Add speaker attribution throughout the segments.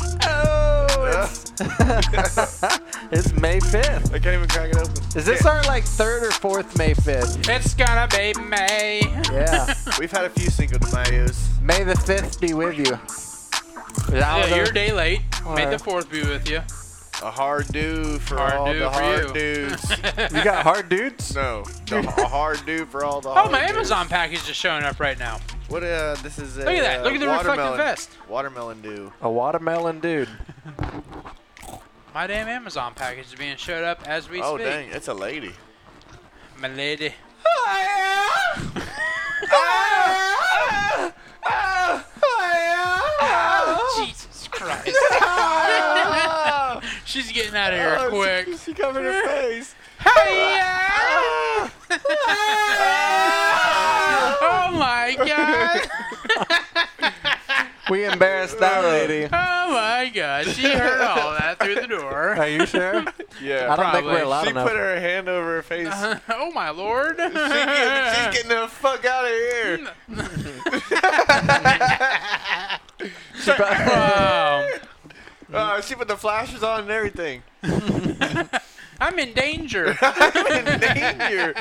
Speaker 1: Oh,
Speaker 2: it's May 5th.
Speaker 1: I can't even crack it open.
Speaker 2: Is this our like third or fourth May 5th?
Speaker 3: It's gonna be May.
Speaker 2: Yeah.
Speaker 1: We've had a few Cinco de Mayos.
Speaker 2: May the 5th be with you.
Speaker 3: Yeah,
Speaker 2: Ronaldo,
Speaker 3: you're a day late. May the
Speaker 2: Alright.
Speaker 3: fourth be with you.
Speaker 1: A hard do for
Speaker 3: Hard
Speaker 1: all
Speaker 3: do
Speaker 1: the
Speaker 3: for
Speaker 1: hard
Speaker 3: you.
Speaker 1: dudes.
Speaker 2: you got hard dudes?
Speaker 1: no, the, a hard do for all the.
Speaker 3: Oh,
Speaker 1: hard
Speaker 3: my
Speaker 1: dudes.
Speaker 3: Amazon package is showing up right now.
Speaker 1: What? Uh, this is. A,
Speaker 3: Look at that.
Speaker 1: uh,
Speaker 3: Look at the reflective
Speaker 1: watermelon,
Speaker 3: vest.
Speaker 1: Watermelon do.
Speaker 2: A watermelon dude.
Speaker 3: My damn Amazon package is being showed up as we
Speaker 1: Oh
Speaker 3: speak.
Speaker 1: dang, it's a lady.
Speaker 3: My lady.
Speaker 1: Oh.
Speaker 3: Jesus Christ. She's getting out of here
Speaker 1: Oh,
Speaker 3: quick.
Speaker 1: She, she covered her face.
Speaker 3: Hi-ya!
Speaker 1: Ah.
Speaker 3: oh my god.
Speaker 2: We embarrassed that lady.
Speaker 3: Oh my god. She heard all that through the door.
Speaker 2: Are you sure?
Speaker 1: Yeah.
Speaker 2: I don't think
Speaker 3: Probably.
Speaker 2: we're allowed
Speaker 1: she
Speaker 2: enough.
Speaker 1: put her hand over her face.
Speaker 3: oh my lord.
Speaker 1: She get- she's getting the fuck out of here.
Speaker 2: She put-
Speaker 3: Wow.
Speaker 1: Uh, she put the flashes on and everything.
Speaker 3: I'm in danger.
Speaker 1: I'm in danger.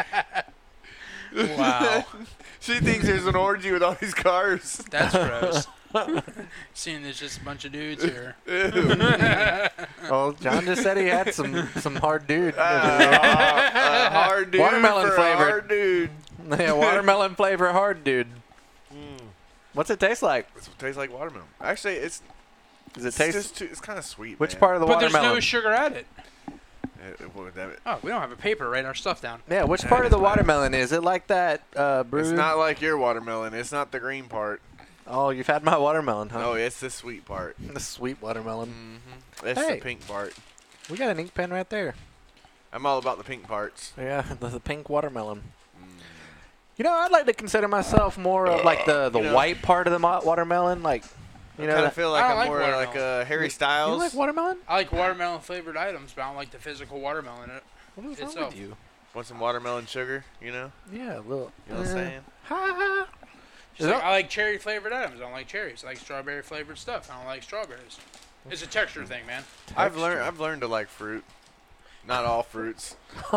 Speaker 3: Wow.
Speaker 1: She thinks there's an orgy with all these cars.
Speaker 3: That's gross. Seeing there's just a bunch of dudes here.
Speaker 1: Ew.
Speaker 2: oh, John just said he had some some hard dude.
Speaker 1: Uh, a hard dude
Speaker 2: Watermelon
Speaker 1: for a
Speaker 2: flavored.
Speaker 1: Hard dude.
Speaker 2: yeah, watermelon flavor hard dude. Hmm. What's it taste like?
Speaker 1: This tastes like watermelon. Actually, it's
Speaker 2: Does it
Speaker 1: it's
Speaker 2: taste?
Speaker 1: just too, it's kind of sweet.
Speaker 2: which
Speaker 1: man.
Speaker 2: part of the
Speaker 3: But there's
Speaker 2: watermelon?
Speaker 3: no sugar added.
Speaker 1: Uh, well, damn it.
Speaker 3: Oh, we don't have a paper to write our stuff down.
Speaker 2: yeah, which part of the watermelon is it like that? Uh, brew?
Speaker 1: It's not like your watermelon. It's not the green part.
Speaker 2: Oh, you've had my watermelon, huh?
Speaker 1: No, it's the sweet part.
Speaker 2: The sweet watermelon.
Speaker 1: It's
Speaker 2: Mm-hmm. Hey.
Speaker 1: the pink part.
Speaker 2: We got an ink pen right there.
Speaker 1: I'm all about the pink parts.
Speaker 2: Yeah, the, the pink watermelon. You know, I'd like to consider myself more of like the, the
Speaker 1: You know-
Speaker 2: white part of the mo- watermelon, like you
Speaker 1: I
Speaker 2: know.
Speaker 1: kind
Speaker 2: That,
Speaker 1: of feel like
Speaker 3: I don't
Speaker 1: I'm
Speaker 3: like
Speaker 1: more
Speaker 3: watermelon.
Speaker 1: like uh, Harry
Speaker 2: you
Speaker 1: Styles.
Speaker 2: like watermelon?
Speaker 3: I like watermelon flavored items, but I don't like the physical watermelon in it.
Speaker 2: What is
Speaker 3: It's
Speaker 2: wrong
Speaker 3: so-
Speaker 2: with you?
Speaker 1: Want some watermelon sugar? You know,
Speaker 2: Yeah, a little.
Speaker 1: you know what I'm
Speaker 2: uh,
Speaker 1: saying?
Speaker 2: ha, ha.
Speaker 3: She's
Speaker 2: Is
Speaker 3: like,
Speaker 2: that-
Speaker 3: I like cherry flavored items. I don't like cherries. I like strawberry flavored stuff. I don't like strawberries. It's a texture thing, man.
Speaker 1: I've learned I've learned to like fruit. Not all fruits.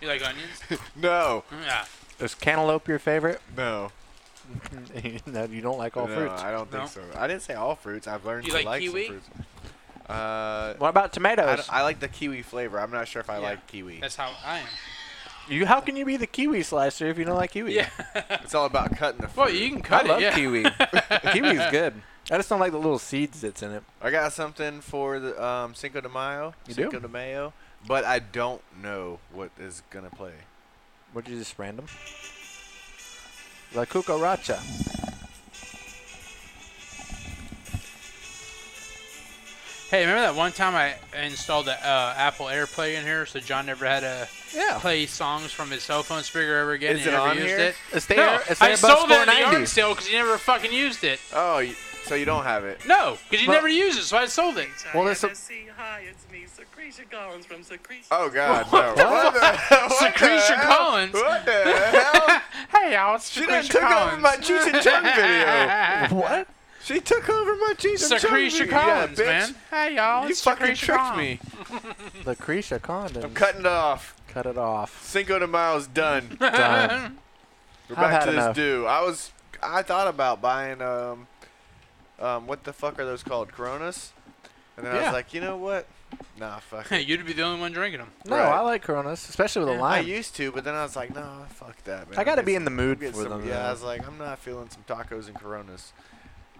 Speaker 3: You like onions? Mm,
Speaker 1: No,
Speaker 3: yeah.
Speaker 2: Is cantaloupe your favorite?
Speaker 1: no,
Speaker 2: no, you don't like all
Speaker 1: no.
Speaker 2: fruits.
Speaker 1: I don't think
Speaker 3: No.
Speaker 1: so. I didn't say all fruits. I've learned
Speaker 3: You
Speaker 1: to
Speaker 3: like
Speaker 1: like
Speaker 3: kiwi?
Speaker 1: some fruits. Uh,
Speaker 2: What about
Speaker 1: I,
Speaker 2: tomatoes?
Speaker 1: don't- I like the kiwi flavor. I'm not sure if I
Speaker 3: Yeah.
Speaker 1: like kiwi.
Speaker 3: That's how I am.
Speaker 2: you, how can you be the kiwi slicer if you don't like kiwi?
Speaker 3: Yeah.
Speaker 1: It's all about cutting the fruit.
Speaker 3: Well, you can
Speaker 2: I
Speaker 3: cut it.
Speaker 2: love
Speaker 3: yeah.
Speaker 2: kiwi. Kiwi's good. I just don't like the little seeds that's in it.
Speaker 1: I got something for the um, Cinco de Mayo.
Speaker 2: You do?
Speaker 1: Cinco de Mayo, but I don't know what is gonna play.
Speaker 2: Would you just random? La cucaracha.
Speaker 3: Hey, remember that one time I installed the uh, Apple AirPlay in here, so John never had to
Speaker 2: Yeah.
Speaker 3: play songs from his cell phone speaker ever again.
Speaker 1: Is
Speaker 3: he
Speaker 1: it
Speaker 3: never
Speaker 1: on
Speaker 3: used
Speaker 1: here?
Speaker 3: it.
Speaker 2: Is there,
Speaker 3: no,
Speaker 2: is there
Speaker 3: I
Speaker 2: a
Speaker 3: sold
Speaker 2: bus
Speaker 3: it at the yard
Speaker 2: 490?
Speaker 3: sale because he never fucking used it.
Speaker 1: Oh, you, so you don't have it?
Speaker 3: No, because he
Speaker 2: Well-
Speaker 3: never used it, so I sold it.
Speaker 2: Well, there's some-
Speaker 4: MSC. Hi, it's me, Secretia Collins from Secretia.
Speaker 1: Oh God, no! What the hell? What the
Speaker 3: Secretia
Speaker 1: hell?
Speaker 3: Collins.
Speaker 1: What the hell?
Speaker 3: Hey, y'all, it's
Speaker 1: She done
Speaker 3: Secretia
Speaker 1: took over my
Speaker 3: Collins.
Speaker 1: Cheech and Chong video.
Speaker 2: What?
Speaker 1: She took over my Cheech and Chong video.
Speaker 3: Secretia
Speaker 1: Yeah,
Speaker 3: Collins,
Speaker 1: bitch.
Speaker 3: man. Hey, y'all,
Speaker 1: You
Speaker 3: it's
Speaker 1: fucking
Speaker 3: Secretia
Speaker 1: tricked
Speaker 3: Collins.
Speaker 1: me.
Speaker 2: Lucretia Condon.
Speaker 1: I'm cutting it off.
Speaker 2: Cut it off.
Speaker 1: Cinco de Mayo's done. We're
Speaker 2: Done.
Speaker 1: back
Speaker 2: had
Speaker 1: to this
Speaker 2: enough.
Speaker 1: dude. I was, I thought about buying um, um, what the fuck are those called? Coronas. And then I
Speaker 2: Yeah.
Speaker 1: was like, you know what? Nah, fuck.
Speaker 3: Hey,
Speaker 1: It.
Speaker 3: you'd be the only one drinking them.
Speaker 2: No,
Speaker 1: Right.
Speaker 2: I like Coronas, especially with a
Speaker 1: I
Speaker 2: lime.
Speaker 1: used to, but then I was like, nah, fuck that, man.
Speaker 2: I gotta
Speaker 1: Get
Speaker 2: be
Speaker 1: some-
Speaker 2: in the mood
Speaker 1: get
Speaker 2: for
Speaker 1: some-
Speaker 2: them.
Speaker 1: Yeah, I
Speaker 2: though.
Speaker 1: was like, I'm not feeling some tacos and Coronas.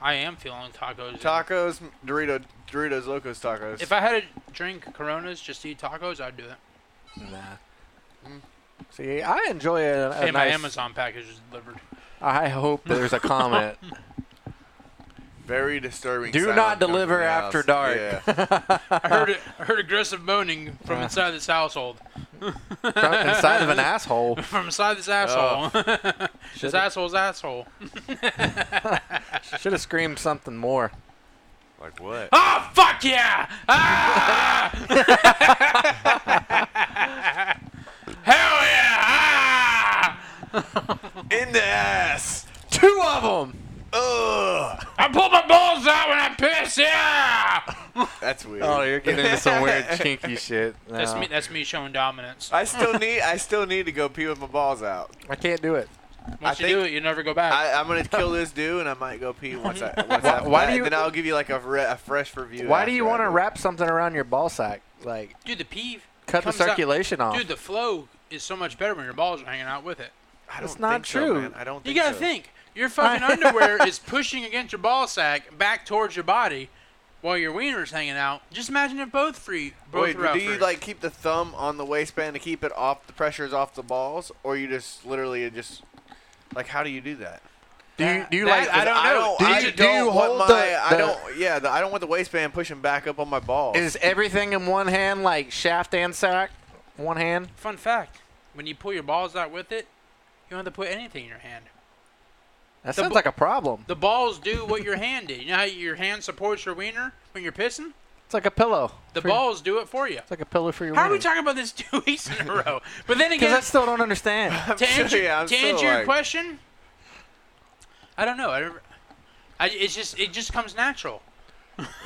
Speaker 3: I am feeling tacos. and-
Speaker 1: Tacos, Dorito, Doritos Locos Tacos.
Speaker 3: If I had to drink Coronas just to eat tacos, I'd do it.
Speaker 2: Nah. See, I enjoy a, a
Speaker 3: hey, my
Speaker 2: nice.
Speaker 3: Amazon package is delivered.
Speaker 2: I hope there's a comment.
Speaker 1: Very disturbing.
Speaker 2: Do
Speaker 1: sound
Speaker 2: not
Speaker 1: coming
Speaker 2: deliver
Speaker 1: from the
Speaker 2: after
Speaker 1: house.
Speaker 2: dark.
Speaker 1: Yeah.
Speaker 3: I heard it, I heard aggressive moaning from
Speaker 1: Uh.
Speaker 3: inside this household.
Speaker 2: From inside of an asshole.
Speaker 1: Oh.
Speaker 3: From inside this asshole. this asshole's asshole.
Speaker 2: Should have screamed something more.
Speaker 1: Like what?
Speaker 3: Oh fuck yeah! Ah! Hell yeah! Ah!
Speaker 1: In the ass.
Speaker 2: Two of them.
Speaker 1: Ugh.
Speaker 3: I pull my balls out when I piss. Yeah.
Speaker 1: That's weird.
Speaker 2: Oh, you're getting into some weird kinky shit.
Speaker 3: That's
Speaker 2: No.
Speaker 3: me. That's me showing dominance.
Speaker 1: I still need. I still need to go pee with my balls out.
Speaker 2: I can't do it.
Speaker 3: Once
Speaker 1: I
Speaker 3: you
Speaker 1: think-
Speaker 3: do it, you never go back.
Speaker 1: I, I'm gonna kill this dude, and I might go pee once I. Once
Speaker 2: Why-
Speaker 1: after
Speaker 2: why
Speaker 1: that,
Speaker 2: do you-
Speaker 1: Then I'll give you like a, re- a fresh review.
Speaker 2: Why do you want
Speaker 1: want
Speaker 2: to wrap something around your ball sack? Like,
Speaker 3: dude, the pee
Speaker 2: cut the
Speaker 3: comes out-
Speaker 2: circulation off.
Speaker 3: Dude, the flow is so much better when your balls are hanging out with it.
Speaker 1: I
Speaker 2: That's
Speaker 1: don't
Speaker 2: not
Speaker 1: think so,
Speaker 2: true.
Speaker 1: man. I don't.
Speaker 3: You
Speaker 1: Think
Speaker 3: gotta
Speaker 1: so.
Speaker 3: think. Your fucking underwear is pushing against your ball sack back towards your body, while your wiener's hanging out. Just imagine if both free. Both
Speaker 1: Wait,
Speaker 3: were out
Speaker 1: do you
Speaker 3: free.
Speaker 1: like keep the thumb on the waistband to keep it off the pressures off the balls, or you just literally just like how do you do that?
Speaker 2: do you,
Speaker 3: that-
Speaker 2: do you
Speaker 3: that
Speaker 2: like?
Speaker 3: I don't know.
Speaker 1: I
Speaker 2: Do
Speaker 1: don't,
Speaker 2: you-
Speaker 1: I
Speaker 2: do you
Speaker 1: don't want
Speaker 2: hold
Speaker 1: my,
Speaker 2: the-
Speaker 1: I
Speaker 2: the-
Speaker 1: don't. Yeah, the, I don't want the waistband pushing back up on my balls.
Speaker 2: Is everything in one hand like shaft and sack? One hand.
Speaker 3: Fun fact: When you pull your balls out with it, you don't have to put anything in your hand.
Speaker 2: That
Speaker 3: The
Speaker 2: sounds
Speaker 3: bu-
Speaker 2: like a problem.
Speaker 3: The balls do what your hand did. You know how your hand supports your wiener when you're pissing?
Speaker 2: It's like a pillow.
Speaker 3: The
Speaker 2: for-
Speaker 3: balls do it for you.
Speaker 2: It's like a pillow for your.
Speaker 3: How are we talking about this two weeks in a row? But then
Speaker 2: Because
Speaker 3: again,
Speaker 2: I still don't understand.
Speaker 3: to
Speaker 1: I'm sure-
Speaker 3: answer,
Speaker 1: yeah, I'm
Speaker 3: to
Speaker 1: still
Speaker 3: answer your
Speaker 1: like-
Speaker 3: question, I don't know. I, never- I it's just it just comes natural.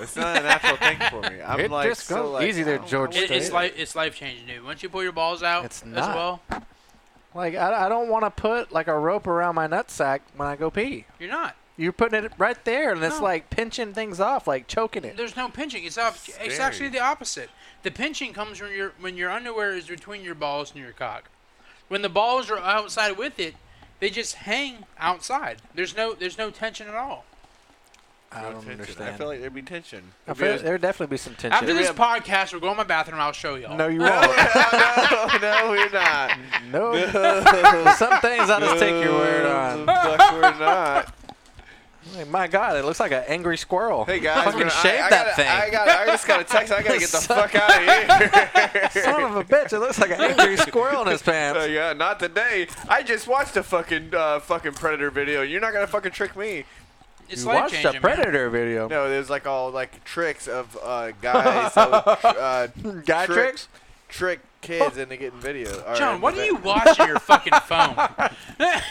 Speaker 1: It's not a natural thing for me. I'm
Speaker 2: It
Speaker 1: like
Speaker 2: just
Speaker 1: so
Speaker 2: comes
Speaker 1: like,
Speaker 2: easy there,
Speaker 1: I don't
Speaker 2: George.
Speaker 1: know
Speaker 3: It,
Speaker 1: what
Speaker 3: it's
Speaker 1: to do.
Speaker 3: life it's life changing, dude. Once you pull your balls out
Speaker 2: It's
Speaker 3: as
Speaker 2: not.
Speaker 3: well,
Speaker 2: like I, I don't want to put like a rope around my nutsack when I go pee.
Speaker 3: you're not.
Speaker 2: You're putting it right there, and it's
Speaker 3: No.
Speaker 2: like pinching things off, like choking it.
Speaker 3: There's no pinching. It's off, it's
Speaker 1: Scary.
Speaker 3: actually the opposite. The pinching comes when your when your underwear is between your balls and your cock. When the balls are outside with it, they just hang outside. There's no there's no tension at all.
Speaker 2: I don't
Speaker 1: Tension.
Speaker 2: understand.
Speaker 1: I feel like there'd be tension.
Speaker 2: I feel like there'd definitely be some tension.
Speaker 3: After this
Speaker 1: have-
Speaker 3: podcast, we'll go in my bathroom. I'll show y'all.
Speaker 2: no, you won't.
Speaker 1: no, no, we're not.
Speaker 2: no. some things I just take your word on.
Speaker 1: Fuck, we're not.
Speaker 2: Like, my God, it looks like an angry squirrel.
Speaker 1: Hey guys,
Speaker 2: fucking
Speaker 1: we're-
Speaker 2: shave
Speaker 1: I, I
Speaker 2: that
Speaker 1: gotta,
Speaker 2: thing.
Speaker 1: I got. I just got a text. I gotta get the fuck out of here.
Speaker 2: Son of a bitch, it looks like an angry squirrel in his
Speaker 1: Uh,
Speaker 2: pants.
Speaker 1: yeah, not today. I just watched a fucking uh, fucking predator video. You're not gonna fucking trick me.
Speaker 3: it's
Speaker 2: You
Speaker 3: life
Speaker 2: watched a
Speaker 3: changing.
Speaker 2: predator video.
Speaker 1: No, there's like all like tricks of uh, guys that would, uh,
Speaker 2: Guy
Speaker 1: trick-
Speaker 2: tricks?
Speaker 1: trick kids into getting video. or
Speaker 3: John, what
Speaker 1: into
Speaker 3: are you
Speaker 1: vi-
Speaker 3: watching your fucking phone?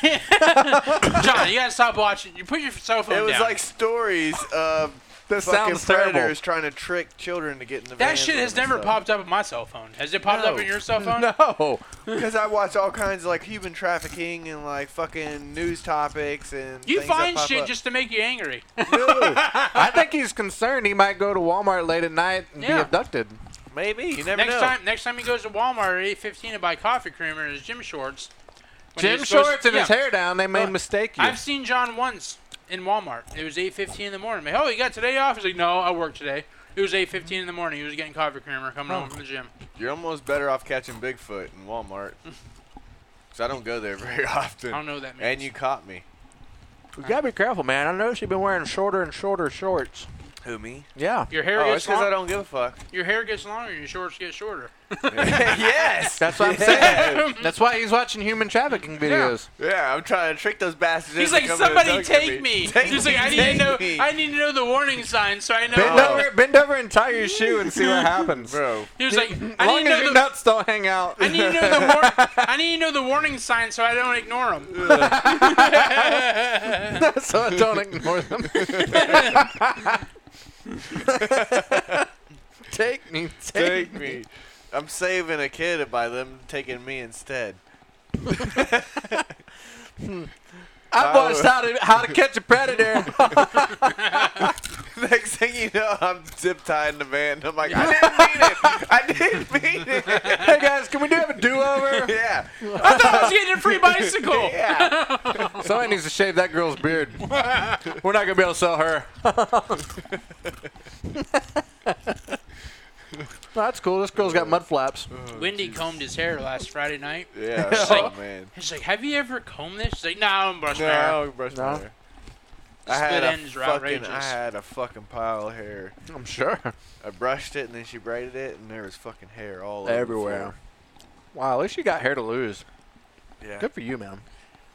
Speaker 3: John, you gotta stop watching. You put your cell phone
Speaker 1: It was
Speaker 3: down.
Speaker 1: like stories of
Speaker 2: This
Speaker 1: fucking
Speaker 2: sounds terrible.
Speaker 1: predators trying to trick children to get in the
Speaker 3: that shit has never popped up on my cell phone. Has it popped up
Speaker 1: No.
Speaker 3: on your cell phone?
Speaker 2: No.
Speaker 1: because I watch all kinds of like human trafficking and like fucking news topics and
Speaker 3: You
Speaker 1: things that
Speaker 3: find
Speaker 1: pop
Speaker 3: shit
Speaker 1: up.
Speaker 3: just to make you angry.
Speaker 2: I think he's concerned he might go to Walmart late at night and be
Speaker 3: Yeah.
Speaker 2: abducted.
Speaker 1: maybe you never
Speaker 3: Next
Speaker 1: know.
Speaker 3: time, next time he goes to Walmart at eight fifteen to buy coffee creamer and his gym shorts. when he
Speaker 2: Jim
Speaker 3: just goes-
Speaker 2: shorts and his
Speaker 3: Yeah.
Speaker 2: hair down, they may
Speaker 3: Uh,
Speaker 2: mistake you.
Speaker 3: I've seen John once in Walmart. It was eight fifteen in the morning. I'm like, oh, you got today off? He's like, no, I work today. It was eight fifteen in the morning. He was getting coffee creamer coming
Speaker 1: Oh.
Speaker 3: home from the gym.
Speaker 1: You're almost better off catching Bigfoot in Walmart. Cause I don't go there very
Speaker 3: I
Speaker 1: often.
Speaker 3: don't know what that means.
Speaker 1: And you caught me.
Speaker 2: You gotta be careful, man. I noticed you've been wearing shorter and shorter shorts.
Speaker 1: Who me?
Speaker 2: Yeah.
Speaker 3: your hair
Speaker 1: Oh, it's
Speaker 3: gets
Speaker 1: because I
Speaker 3: long-
Speaker 1: don't give a fuck.
Speaker 3: your hair gets longer and your shorts get shorter.
Speaker 1: yes,
Speaker 2: That's what I'm saying. That's why he's watching human trafficking videos.
Speaker 1: Yeah, I'm trying to trick those bastards.
Speaker 3: He's
Speaker 1: into
Speaker 3: like,
Speaker 1: coming to
Speaker 3: somebody
Speaker 1: dunk
Speaker 3: take me.
Speaker 1: Take
Speaker 3: He's
Speaker 1: me,
Speaker 3: like, I need
Speaker 1: take
Speaker 3: to know.
Speaker 1: me."
Speaker 3: I need to know the warning sign so I know.
Speaker 2: Bend
Speaker 1: Oh.
Speaker 2: over, bend over and tie your shoe and see what happens.
Speaker 1: bro.
Speaker 3: He was like,
Speaker 2: as
Speaker 3: I
Speaker 2: long
Speaker 3: need
Speaker 2: as
Speaker 3: to know
Speaker 2: your
Speaker 3: the
Speaker 2: nuts don't hang out.
Speaker 3: I need to know the war- I need to know the warning sign so I don't ignore them.
Speaker 2: so I don't ignore them. take me, take,
Speaker 1: Take
Speaker 2: me.
Speaker 1: me. I'm saving a kid by them taking me instead.
Speaker 2: I
Speaker 1: Oh.
Speaker 2: watched how to how to catch a predator.
Speaker 1: Next thing you know, I'm zip tied in the van. I'm like, I didn't mean it. I didn't mean it.
Speaker 2: hey guys, can we do have a do over?
Speaker 1: yeah.
Speaker 3: I thought I was getting a free bicycle.
Speaker 1: Yeah.
Speaker 2: Somebody needs to shave that girl's beard. We're not gonna be able to sell her. That's cool. This girl's got mud flaps.
Speaker 3: Wendy combed his hair last Friday night.
Speaker 1: Yeah.
Speaker 3: It's
Speaker 1: Oh,
Speaker 3: like-
Speaker 1: man.
Speaker 3: He's like, "Have you ever combed this?" She's like, "No, I don't brush my hair."
Speaker 1: No, brush
Speaker 2: No.
Speaker 1: my hair. I had,
Speaker 3: Split
Speaker 1: a
Speaker 3: ends are
Speaker 1: fucking, I
Speaker 3: outrageous.
Speaker 1: had a fucking pile of hair.
Speaker 2: I'm sure.
Speaker 1: I brushed it and then she braided it and there was fucking hair all over the
Speaker 2: Everywhere. Wow, at least you got hair to lose.
Speaker 1: floor. Yeah.
Speaker 2: Good for you, man.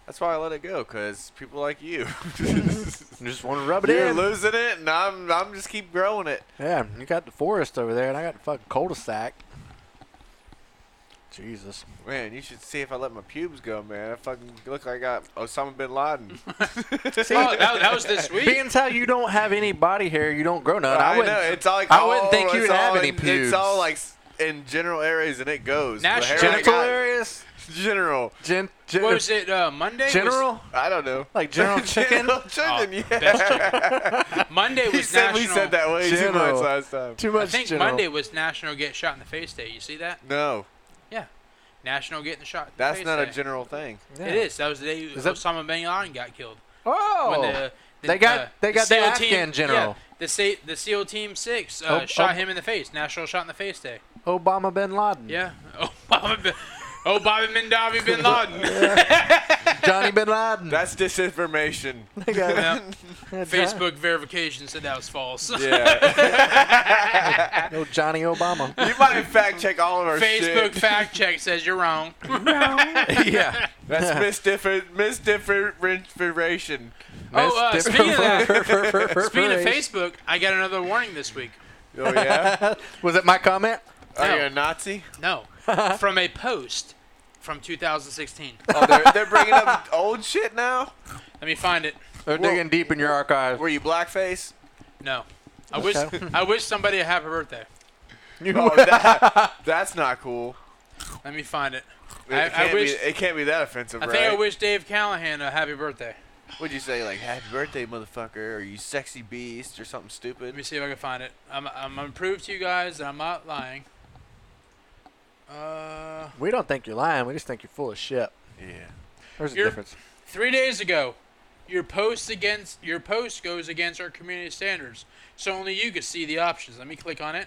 Speaker 1: That's why I let it go, cause people like you,
Speaker 2: You just want to rub it
Speaker 1: you're
Speaker 2: in.
Speaker 1: losing it, and I'm I'm just keep growing it.
Speaker 2: Yeah, you got the forest over there, and I got the fucking cul-de-sac. Jesus.
Speaker 1: Man, you should see if I let my pubes go, man. I fucking look like I got Osama bin Laden.
Speaker 2: See,
Speaker 3: Oh, that, that was this week.
Speaker 2: being how you don't have any body hair, you don't grow none. I,
Speaker 1: I,
Speaker 2: wouldn't.
Speaker 1: know it's all like
Speaker 2: I wouldn't think
Speaker 1: all-
Speaker 2: you
Speaker 1: it's
Speaker 2: would have
Speaker 1: all
Speaker 2: any
Speaker 1: in-
Speaker 2: pubes.
Speaker 1: It's all like s- in general areas, and it goes. The
Speaker 3: Nash-
Speaker 1: hair I
Speaker 2: Genital
Speaker 1: got-
Speaker 2: areas?
Speaker 1: General.
Speaker 2: Gen, gen,
Speaker 3: What was it? Uh, Monday. was-
Speaker 2: general?
Speaker 1: I don't know.
Speaker 2: Like general chicken?
Speaker 1: General chicken.
Speaker 3: Oh,
Speaker 1: yeah.
Speaker 3: best chicken. Monday was
Speaker 1: He said
Speaker 3: national.
Speaker 1: we said that way too
Speaker 2: General.
Speaker 1: much last time.
Speaker 2: Too
Speaker 3: I
Speaker 2: much
Speaker 3: think
Speaker 2: general.
Speaker 3: Monday was National Get Shot in the Face Day. You see that?
Speaker 1: No,
Speaker 3: Yeah. National Getting Shot. In the
Speaker 1: that's
Speaker 3: face
Speaker 1: not
Speaker 3: day.
Speaker 1: a general thing.
Speaker 2: Yeah.
Speaker 3: It is. That was the day
Speaker 2: Is that-
Speaker 3: Osama bin Laden got killed.
Speaker 2: Oh.
Speaker 3: uh,
Speaker 2: They got- they got the
Speaker 3: SEAL
Speaker 2: Afghan general.
Speaker 3: Yeah, the sa- the SEAL Team Six uh,
Speaker 2: Oh,
Speaker 3: shot
Speaker 2: oh.
Speaker 3: him in the face. National Shot in the Face Day.
Speaker 2: Obama bin Laden.
Speaker 3: Yeah. Obama. bin- Obama bin Davi bin Laden.
Speaker 2: Johnny bin Laden.
Speaker 1: That's disinformation.
Speaker 2: They got-
Speaker 3: Yeah.
Speaker 2: yeah, John-
Speaker 3: Facebook verification said that was false.
Speaker 1: Yeah,
Speaker 2: No, Johnny Obama.
Speaker 1: you might fact check all of our
Speaker 3: Facebook
Speaker 1: shit.
Speaker 3: fact check says you're wrong.
Speaker 2: yeah.
Speaker 1: That's misdiffer- misdifferentiation.
Speaker 3: Oh, uh,
Speaker 2: Miss
Speaker 3: speaking of that-
Speaker 2: Differ- Fur- Fur- Fur-
Speaker 3: Speaking of
Speaker 2: Furries.
Speaker 3: Facebook, I got another warning this week.
Speaker 1: Oh yeah.
Speaker 2: was it my comment?
Speaker 1: Are you
Speaker 3: No.
Speaker 1: a Nazi?
Speaker 3: No, from a post from 2016.
Speaker 1: Oh, they're, they're bringing up old shit now.
Speaker 3: Let me find it.
Speaker 2: They're
Speaker 1: Well-
Speaker 2: digging deep in your archives.
Speaker 1: Were you blackface?
Speaker 3: No, I wish
Speaker 2: Okay.
Speaker 3: I wish somebody a happy birthday.
Speaker 2: You-
Speaker 1: Oh, that, that's not cool.
Speaker 3: Let me find it.
Speaker 1: It,
Speaker 3: I- I
Speaker 1: can't
Speaker 3: wish-
Speaker 1: be, it can't be that offensive,
Speaker 3: I
Speaker 1: right?
Speaker 3: think I wish Dave Callahan a happy birthday.
Speaker 1: Would you say like "Happy birthday, motherfucker" or "You sexy beast" or something
Speaker 3: Let me
Speaker 1: stupid?
Speaker 3: see if I can find it. I'm I'm gonna prove to you guys that I'm not lying. Uh,
Speaker 2: We don't think you're lying. We just think you're full of shit.
Speaker 1: Yeah.
Speaker 2: There's a
Speaker 3: You're-
Speaker 2: difference.
Speaker 3: three days ago, your post against your post goes against our community standards, so only you can see the options. Let me click on it.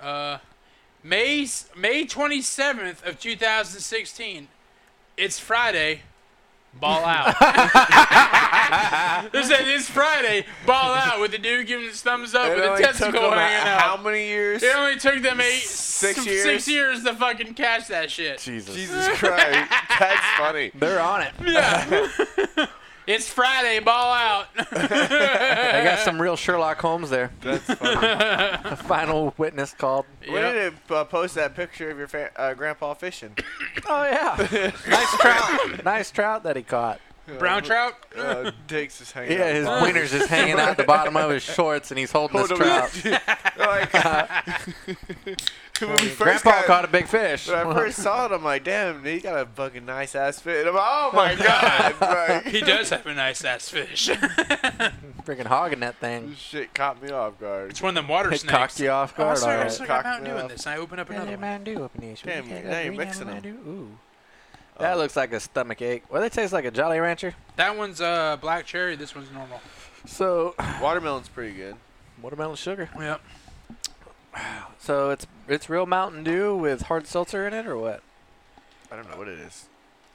Speaker 3: uh, May s- May twenty seventh of two thousand sixteen. It's Friday. Ball out. they said it's Friday. Ball out with the dude giving his thumbs up
Speaker 1: It
Speaker 3: with a
Speaker 1: only took
Speaker 3: testicle
Speaker 1: them a-
Speaker 3: hanging out.
Speaker 1: how many years?
Speaker 3: It only took them eight
Speaker 1: Six
Speaker 3: s-
Speaker 1: years?
Speaker 3: six years to fucking catch that shit.
Speaker 2: Jesus.
Speaker 1: Jesus Christ, that's funny.
Speaker 2: They're on it.
Speaker 3: Yeah. it's Friday, ball out.
Speaker 2: They got some real Sherlock Holmes there.
Speaker 1: That's funny.
Speaker 2: The final witness called.
Speaker 1: When did it uh, post that picture of your fa- uh, grandpa fishing?
Speaker 2: Oh yeah. nice trout. Nice trout that he caught. Uh,
Speaker 3: Brown trout?
Speaker 1: Uh, Diggs is hanging.
Speaker 2: Yeah,
Speaker 1: out.
Speaker 2: his wieners is hanging out the bottom of his shorts, and he's holding
Speaker 1: Hold
Speaker 2: this
Speaker 1: on.
Speaker 2: trout.
Speaker 1: like, when we first
Speaker 2: Grandpa
Speaker 1: got-
Speaker 2: caught a big fish.
Speaker 1: When I first saw it, I'm like, damn, he got a fucking nice ass fit. I'm like, oh my god, like,
Speaker 3: He does have a nice ass fish.
Speaker 2: Freaking hogging that thing.
Speaker 1: this shit caught me off guard.
Speaker 3: it's one of them water
Speaker 2: It
Speaker 3: snakes.
Speaker 2: cocked you off
Speaker 3: Oh,
Speaker 2: guard.
Speaker 3: sorry, I'm
Speaker 2: alright.
Speaker 3: sorry,
Speaker 1: Cock
Speaker 3: I'm out
Speaker 1: me
Speaker 3: doing
Speaker 1: off.
Speaker 3: this. I open up another one.
Speaker 1: Damn, now you're mixing them.
Speaker 3: Oh.
Speaker 2: That looks like a stomach ache. Well, that tastes like a Jolly Rancher.
Speaker 3: That one's uh, black cherry. This one's normal.
Speaker 2: So,
Speaker 1: Watermelon's pretty good.
Speaker 2: watermelon sugar.
Speaker 3: Yep.
Speaker 2: So it's it's real Mountain Dew with hard seltzer in it, or what?
Speaker 1: I don't know what it is.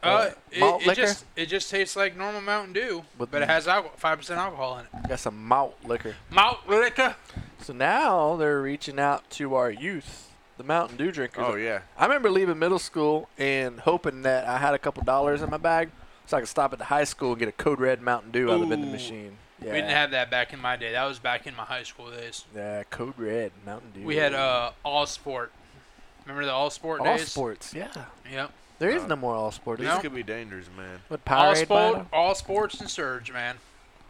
Speaker 3: Uh,
Speaker 2: Uh, malt
Speaker 3: it, it
Speaker 2: liquor?
Speaker 3: just it just tastes like normal Mountain Dew,
Speaker 2: With-
Speaker 3: but it has five percent alcohol in it.
Speaker 2: Got some malt liquor.
Speaker 3: Malt liquor.
Speaker 2: So now they're reaching out to our youth, the Mountain Dew drinkers.
Speaker 1: Oh yeah.
Speaker 2: I remember leaving middle school and hoping that I had a couple dollars in my bag so I could stop at the high school and get a Code Red Mountain Dew out of the vending
Speaker 3: Ooh.
Speaker 2: machine. Yeah.
Speaker 3: We didn't have that back in my day. That was back in my high school days.
Speaker 2: yeah, Code Red Mountain Dew.
Speaker 3: We had uh, all sport. Remember the all sport
Speaker 2: all
Speaker 3: days?
Speaker 2: sports. Yeah,
Speaker 3: Yep.
Speaker 2: there is
Speaker 1: Uh,
Speaker 2: no more all sports.
Speaker 1: These
Speaker 3: No.
Speaker 1: could be dangerous, man.
Speaker 2: What
Speaker 3: all
Speaker 2: Powerade? bought
Speaker 3: sport, all sports and surge, man.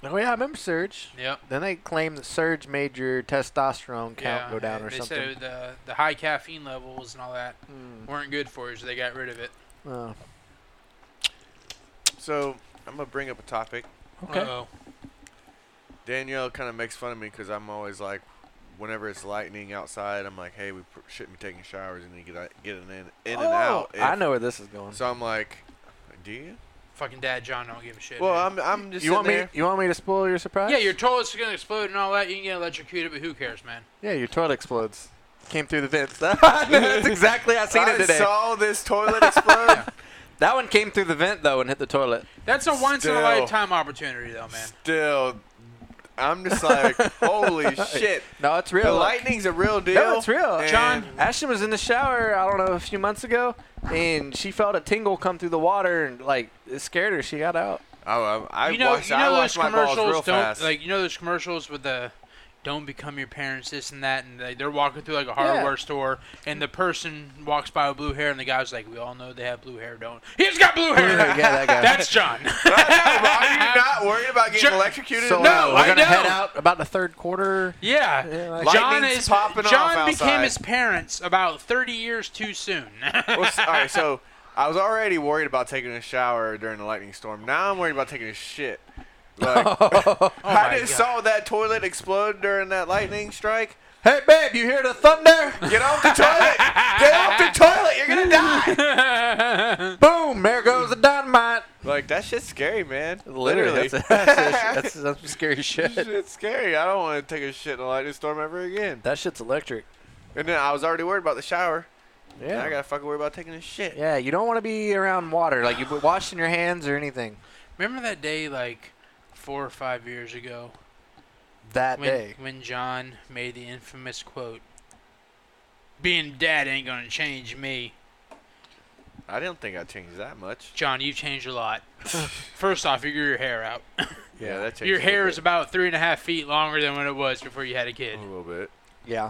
Speaker 2: them? Oh yeah, I remember Surge.
Speaker 3: Yep.
Speaker 2: Then they claimed that Surge made your testosterone count
Speaker 3: yeah.
Speaker 2: go down or
Speaker 3: they
Speaker 2: something.
Speaker 3: said the the high caffeine levels and all that
Speaker 2: Mm.
Speaker 3: weren't good for you, so they got rid of it.
Speaker 2: Oh,
Speaker 1: So I'm gonna bring up a topic.
Speaker 2: okay.
Speaker 3: Uh-oh.
Speaker 1: Danielle kind of makes fun of me because I'm always like, whenever it's lightning outside, I'm like, hey, we pr- shouldn't be taking showers and you get out- getting in, in and
Speaker 2: Oh,
Speaker 1: out.
Speaker 2: I
Speaker 1: if-
Speaker 2: know where this is going.
Speaker 1: So I'm like, do you?
Speaker 3: Fucking dad John don't give a shit.
Speaker 1: Well,
Speaker 3: man.
Speaker 1: I'm I'm just
Speaker 2: you want
Speaker 1: sitting
Speaker 2: me? You want me to spoil your surprise?
Speaker 3: yeah, your toilet's gonna explode and all that. You can get electrocuted, but who cares, man?
Speaker 2: Yeah, your toilet explodes. Came through the vents. That's exactly. I seen
Speaker 1: there.
Speaker 2: it today.
Speaker 1: I saw this toilet explode.
Speaker 2: that one came through the vent though and hit the toilet.
Speaker 3: That's a once in a
Speaker 1: Still.
Speaker 3: lifetime opportunity, though, man.
Speaker 1: Still, I'm just like, holy shit.
Speaker 2: No, it's
Speaker 1: The
Speaker 2: real.
Speaker 1: lightning's a real deal.
Speaker 2: No, it's real.
Speaker 1: and-
Speaker 3: John,
Speaker 2: Ashton was in the shower, I don't know, a few months ago, and she felt a tingle come through the water, and like it scared her. She got out.
Speaker 1: Oh, I, I
Speaker 3: you know,
Speaker 1: watched,
Speaker 3: you know
Speaker 1: I watched
Speaker 3: those
Speaker 1: my balls
Speaker 3: commercials
Speaker 1: real
Speaker 3: don't
Speaker 1: fast.
Speaker 3: like you know those commercials with the don't become your parents this and that and they, they're walking through like a hardware store and the person walks by with blue hair and the guy's like we all know they have blue hair don't he? he's got blue hair
Speaker 2: Yeah, that guy.
Speaker 3: that's John
Speaker 1: I know, Rob, you're not worried about getting
Speaker 3: Ju-
Speaker 1: electrocuted?
Speaker 2: so
Speaker 3: No,
Speaker 2: uh, we're
Speaker 3: I
Speaker 2: gonna
Speaker 3: know.
Speaker 2: head out about the third quarter.
Speaker 3: yeah,
Speaker 2: Yeah, like-
Speaker 3: John
Speaker 1: Lightning's
Speaker 3: is
Speaker 1: popping off
Speaker 3: John became
Speaker 1: outside.
Speaker 3: his parents about 30 years too soon
Speaker 1: Well, s- all right, so I was already worried about taking a shower during the lightning storm. Now I'm worried about taking a shit. Like, I
Speaker 3: Oh my
Speaker 1: just
Speaker 3: God.
Speaker 1: saw that toilet explode during that lightning strike.
Speaker 2: Hey, babe, you hear the thunder?
Speaker 1: Get off the toilet! Get off the toilet! You're gonna die!
Speaker 2: Boom! There goes the dynamite.
Speaker 1: Like that shit's scary, man.
Speaker 2: that's, that's, that's, that's some scary
Speaker 1: That
Speaker 2: shit.
Speaker 1: shit's scary. I don't want to take a shit in a lightning storm ever again.
Speaker 2: That shit's electric.
Speaker 1: And then I was already worried about the shower. Yeah.
Speaker 2: Yeah.
Speaker 1: I gotta fucking worry about taking a shit.
Speaker 2: yeah, you don't want to be around water, like you are washing your hands or anything.
Speaker 3: remember that day like four or five years ago
Speaker 2: That
Speaker 3: when,
Speaker 2: day.
Speaker 3: when John made the infamous quote being dead ain't gonna change me
Speaker 1: I didn't think I changed that much.
Speaker 3: John, you've changed a lot. First off, you grew your hair out.
Speaker 1: Yeah, that changed.
Speaker 3: Your
Speaker 1: a little
Speaker 3: hair
Speaker 1: bit. Mm.
Speaker 3: is about three and a half feet longer than when it was before you had a kid.
Speaker 1: a little bit.
Speaker 2: Yeah.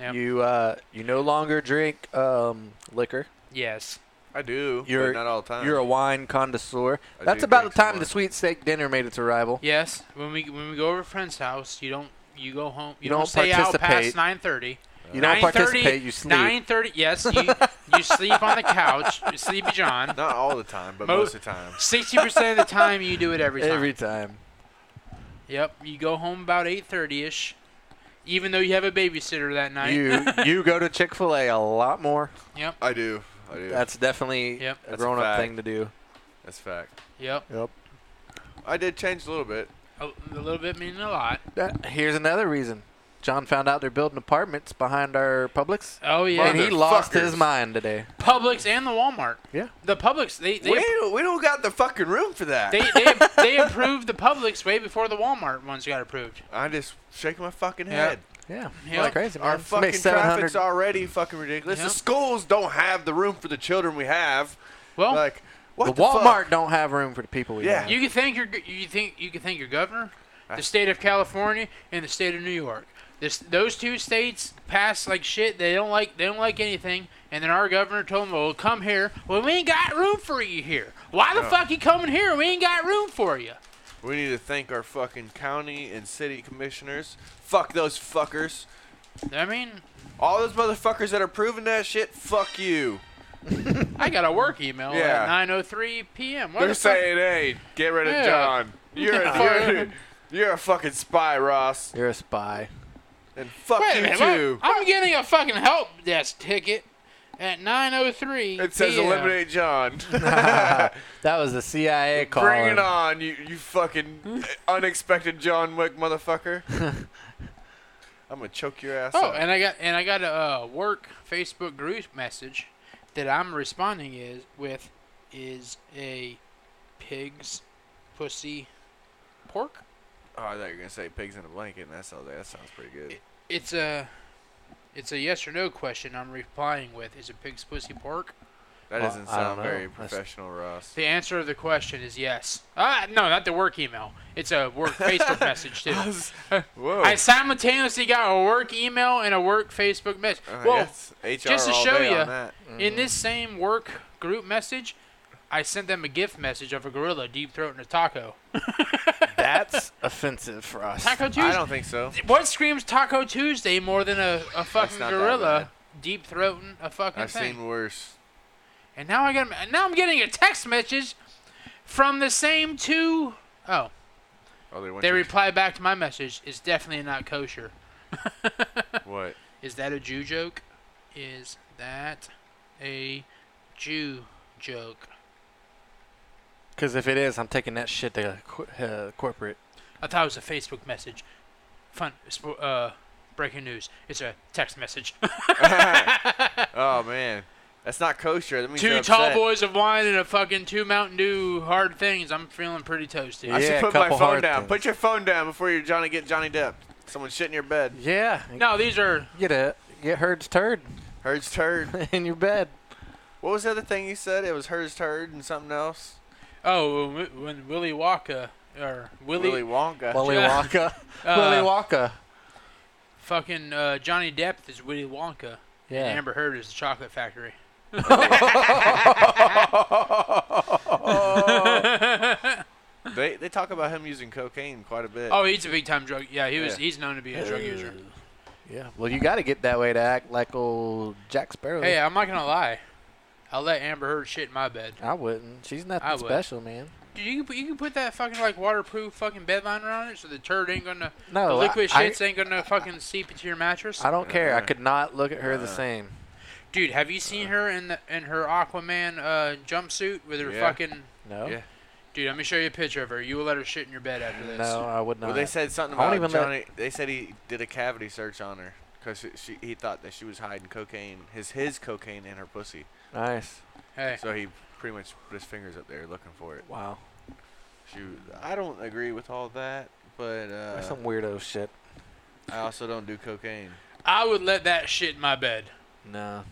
Speaker 3: Yep.
Speaker 2: You uh, you no longer drink um, liquor.
Speaker 3: yes.
Speaker 1: I do,
Speaker 2: You're-
Speaker 1: but not all the time.
Speaker 2: You're a wine connoisseur.
Speaker 1: Uh, I
Speaker 2: That's
Speaker 1: do
Speaker 2: about the
Speaker 1: drink some
Speaker 2: time
Speaker 1: wine.
Speaker 2: the sweet steak dinner made its arrival.
Speaker 3: Yes. When we when we go over to a friend's house, you don't you go home. You,
Speaker 2: You
Speaker 3: don't,
Speaker 2: don't
Speaker 3: stay out
Speaker 2: participate.
Speaker 3: past nine thirty.
Speaker 2: You don't
Speaker 3: 9:30
Speaker 2: participate. You sleep.
Speaker 3: Nine thirty. Yes. You you sleep on the couch. Sleepy John.
Speaker 1: Not all the time, but
Speaker 3: Mo-
Speaker 1: most of the time.
Speaker 3: Sixty percent of the time, you do it every time.
Speaker 2: Every time.
Speaker 3: yep. You go home about eight thirty ish, even though you have a babysitter that night.
Speaker 2: You you go to Chick Fil A a lot more.
Speaker 3: Yep.
Speaker 1: I do. I do.
Speaker 2: That's
Speaker 1: That's,
Speaker 2: definitely
Speaker 3: Yep.
Speaker 2: a
Speaker 1: That's a
Speaker 2: grown up
Speaker 1: fact.
Speaker 2: thing to do.
Speaker 1: fact.
Speaker 3: Yep.
Speaker 2: Yep.
Speaker 1: I did change a little bit.
Speaker 3: A, a little bit meaning a lot.
Speaker 2: here's another reason. John found out they're building apartments behind our Publix,
Speaker 3: Oh yeah.
Speaker 2: and he lost his
Speaker 1: Motherfuckers.
Speaker 2: mind today.
Speaker 3: Publix and the Walmart.
Speaker 2: Yeah.
Speaker 3: The Publix, they they
Speaker 1: we, don't, we don't got the fucking room for that.
Speaker 3: they, they, they approved the Publix way before the Walmart ones got approved.
Speaker 1: I just shake my fucking
Speaker 3: Yeah.
Speaker 1: head.
Speaker 2: Yeah,
Speaker 3: Yeah.
Speaker 2: Like crazy man.
Speaker 1: Our
Speaker 2: Somebody
Speaker 1: fucking
Speaker 2: 700
Speaker 1: traffic's already fucking ridiculous.
Speaker 3: Yeah.
Speaker 1: The schools don't have the room for the children we have.
Speaker 3: Well,
Speaker 1: Like what
Speaker 2: the
Speaker 1: the,
Speaker 2: Walmart
Speaker 1: fuck?
Speaker 2: don't have room for the people we
Speaker 1: Yeah.
Speaker 2: have.
Speaker 3: you can thank your g- you think you can thank your governor,
Speaker 1: I-
Speaker 3: the state of California, and the state of New York. This those two states pass like shit. They don't like they don't like anything. And then our governor told them, "Well, come here. Well, we ain't got room for you here. Why the
Speaker 1: Yeah.
Speaker 3: fuck you coming here? We ain't got room for you."
Speaker 1: We need to thank our fucking county and city commissioners. Fuck those fuckers.
Speaker 3: I mean,
Speaker 1: All those motherfuckers that are proving that shit. Fuck you.
Speaker 3: I got a work email
Speaker 1: Yeah.
Speaker 3: at 9:03 p.m. What
Speaker 1: They're
Speaker 3: the fuck-
Speaker 1: saying, "Hey, get rid of
Speaker 3: Yeah.
Speaker 1: John. You're
Speaker 3: Yeah.
Speaker 1: a, you're, you're a fucking spy, Ross,
Speaker 2: You're a spy.
Speaker 1: and fuck
Speaker 3: Wait a
Speaker 1: you
Speaker 3: minute,
Speaker 1: too."
Speaker 3: what? I'm getting a fucking help desk ticket at 9:03.
Speaker 1: It says
Speaker 3: PM.
Speaker 1: eliminate John.
Speaker 2: That was the CIA call.
Speaker 1: Bring it on, you, you fucking unexpected John Wick motherfucker. I'm gonna choke your ass
Speaker 3: Oh,
Speaker 1: out.
Speaker 3: and I got and I got a uh, work Facebook group message that I'm responding is with is a pig's pussy pork.
Speaker 1: oh, I thought you were gonna say pigs in a blanket, and that sounds that sounds pretty good.
Speaker 3: It's a it's a yes or no question. I'm replying with is a pig's pussy pork.
Speaker 1: That
Speaker 2: Well,
Speaker 1: doesn't
Speaker 2: I don't
Speaker 1: sound
Speaker 2: know.
Speaker 1: very
Speaker 2: That's-
Speaker 1: professional, Ross.
Speaker 3: The answer of the question is yes. Ah, no, not the work email. It's a work Facebook message too.
Speaker 1: Whoa.
Speaker 3: I simultaneously got a work email and a work Facebook message.
Speaker 1: Uh,
Speaker 3: well,
Speaker 1: yes, HR
Speaker 3: just to
Speaker 1: all
Speaker 3: show
Speaker 1: day
Speaker 3: ya.
Speaker 1: on that.
Speaker 3: in this same work group message, I sent them a gift message of a gorilla deep throating a taco.
Speaker 2: That's offensive for us.
Speaker 3: Taco
Speaker 1: I
Speaker 3: Tuesday.
Speaker 1: don't think so.
Speaker 3: What screams Taco Tuesday more than a, a fucking
Speaker 1: not that
Speaker 3: gorilla deep throating a fucking
Speaker 1: I've
Speaker 3: thing?
Speaker 1: seen worse.
Speaker 3: And now I got and now I'm getting a text message from the same two oh
Speaker 1: Oh, they went.
Speaker 3: they
Speaker 1: to-
Speaker 3: reply back to my message. It's definitely not kosher.
Speaker 1: what?
Speaker 3: Is that a Jew joke? Is that a Jew joke?
Speaker 2: Because if it is, I'm taking that shit to co- uh, corporate.
Speaker 3: I thought it was a Facebook message. Fun. sp- Uh, breaking news. It's a text message.
Speaker 1: Oh man. That's not kosher. That means
Speaker 3: Two
Speaker 1: you're
Speaker 3: tall
Speaker 1: upset.
Speaker 3: boys of wine and a fucking two Mountain Dew hard things. I'm feeling pretty toasty.
Speaker 1: I
Speaker 2: Yeah,
Speaker 1: should
Speaker 2: a
Speaker 1: put my
Speaker 2: couple
Speaker 1: phone
Speaker 2: hard
Speaker 1: down.
Speaker 2: things.
Speaker 1: Put your phone down before you Johnny get Johnny Depp. Someone shit in your bed.
Speaker 2: Yeah.
Speaker 3: No, these are
Speaker 2: Get a get Herd's turd
Speaker 1: Herd's turd.
Speaker 2: in your bed.
Speaker 1: what was the other thing you said? It was herd's turd and something else.
Speaker 3: oh when- when Willy Wonka or Willy,
Speaker 1: Willy Wonka.
Speaker 2: Willy
Speaker 3: Yeah.
Speaker 2: Wonka.
Speaker 3: uh,
Speaker 2: Willy Wonka.
Speaker 3: fucking uh, Johnny Depp is Willy Wonka.
Speaker 2: Yeah.
Speaker 3: And Amber Heard is the Chocolate Factory.
Speaker 1: they they talk about him using cocaine quite a bit.
Speaker 3: Oh, he's a big time drug. Yeah, he was.
Speaker 1: Yeah.
Speaker 3: He's known to be a drug user.
Speaker 2: Yeah. Well, you got to get that way to act like old Jack Sparrow.
Speaker 3: Hey, I'm not gonna lie. I'll let Amber Heard shit in my bed.
Speaker 2: I wouldn't. She's
Speaker 3: I
Speaker 2: nothing
Speaker 3: would.
Speaker 2: special, man.
Speaker 3: Dude, you can put, you can put that fucking like waterproof fucking bed liner on it, so the turd ain't gonna,
Speaker 2: No,
Speaker 3: the liquid
Speaker 2: Oh, I,
Speaker 3: shits ain't gonna fucking seep into your mattress.
Speaker 2: I, I don't care. I
Speaker 1: Uh,
Speaker 2: could not look at her the
Speaker 1: uh.
Speaker 2: same.
Speaker 3: Dude, have you seen her in the in her Aquaman uh, jumpsuit with her
Speaker 1: Yeah.
Speaker 3: fucking?
Speaker 2: No.
Speaker 1: Yeah.
Speaker 3: Dude, let me show you a picture of her. You will let her shit in your bed after this.
Speaker 2: No, I would not.
Speaker 1: well, they said something
Speaker 2: I
Speaker 1: about
Speaker 2: won't even let-
Speaker 1: Johnny. They said he did a cavity search on her because she, he thought that she was hiding cocaine, his his cocaine in her pussy.
Speaker 2: nice.
Speaker 3: Hey,
Speaker 1: So he pretty much put his fingers up there looking for it.
Speaker 2: Wow.
Speaker 1: She, I don't agree with all that, but uh,
Speaker 2: That's some weirdo shit.
Speaker 1: I also don't do cocaine.
Speaker 3: I would let that shit in my bed.
Speaker 2: No,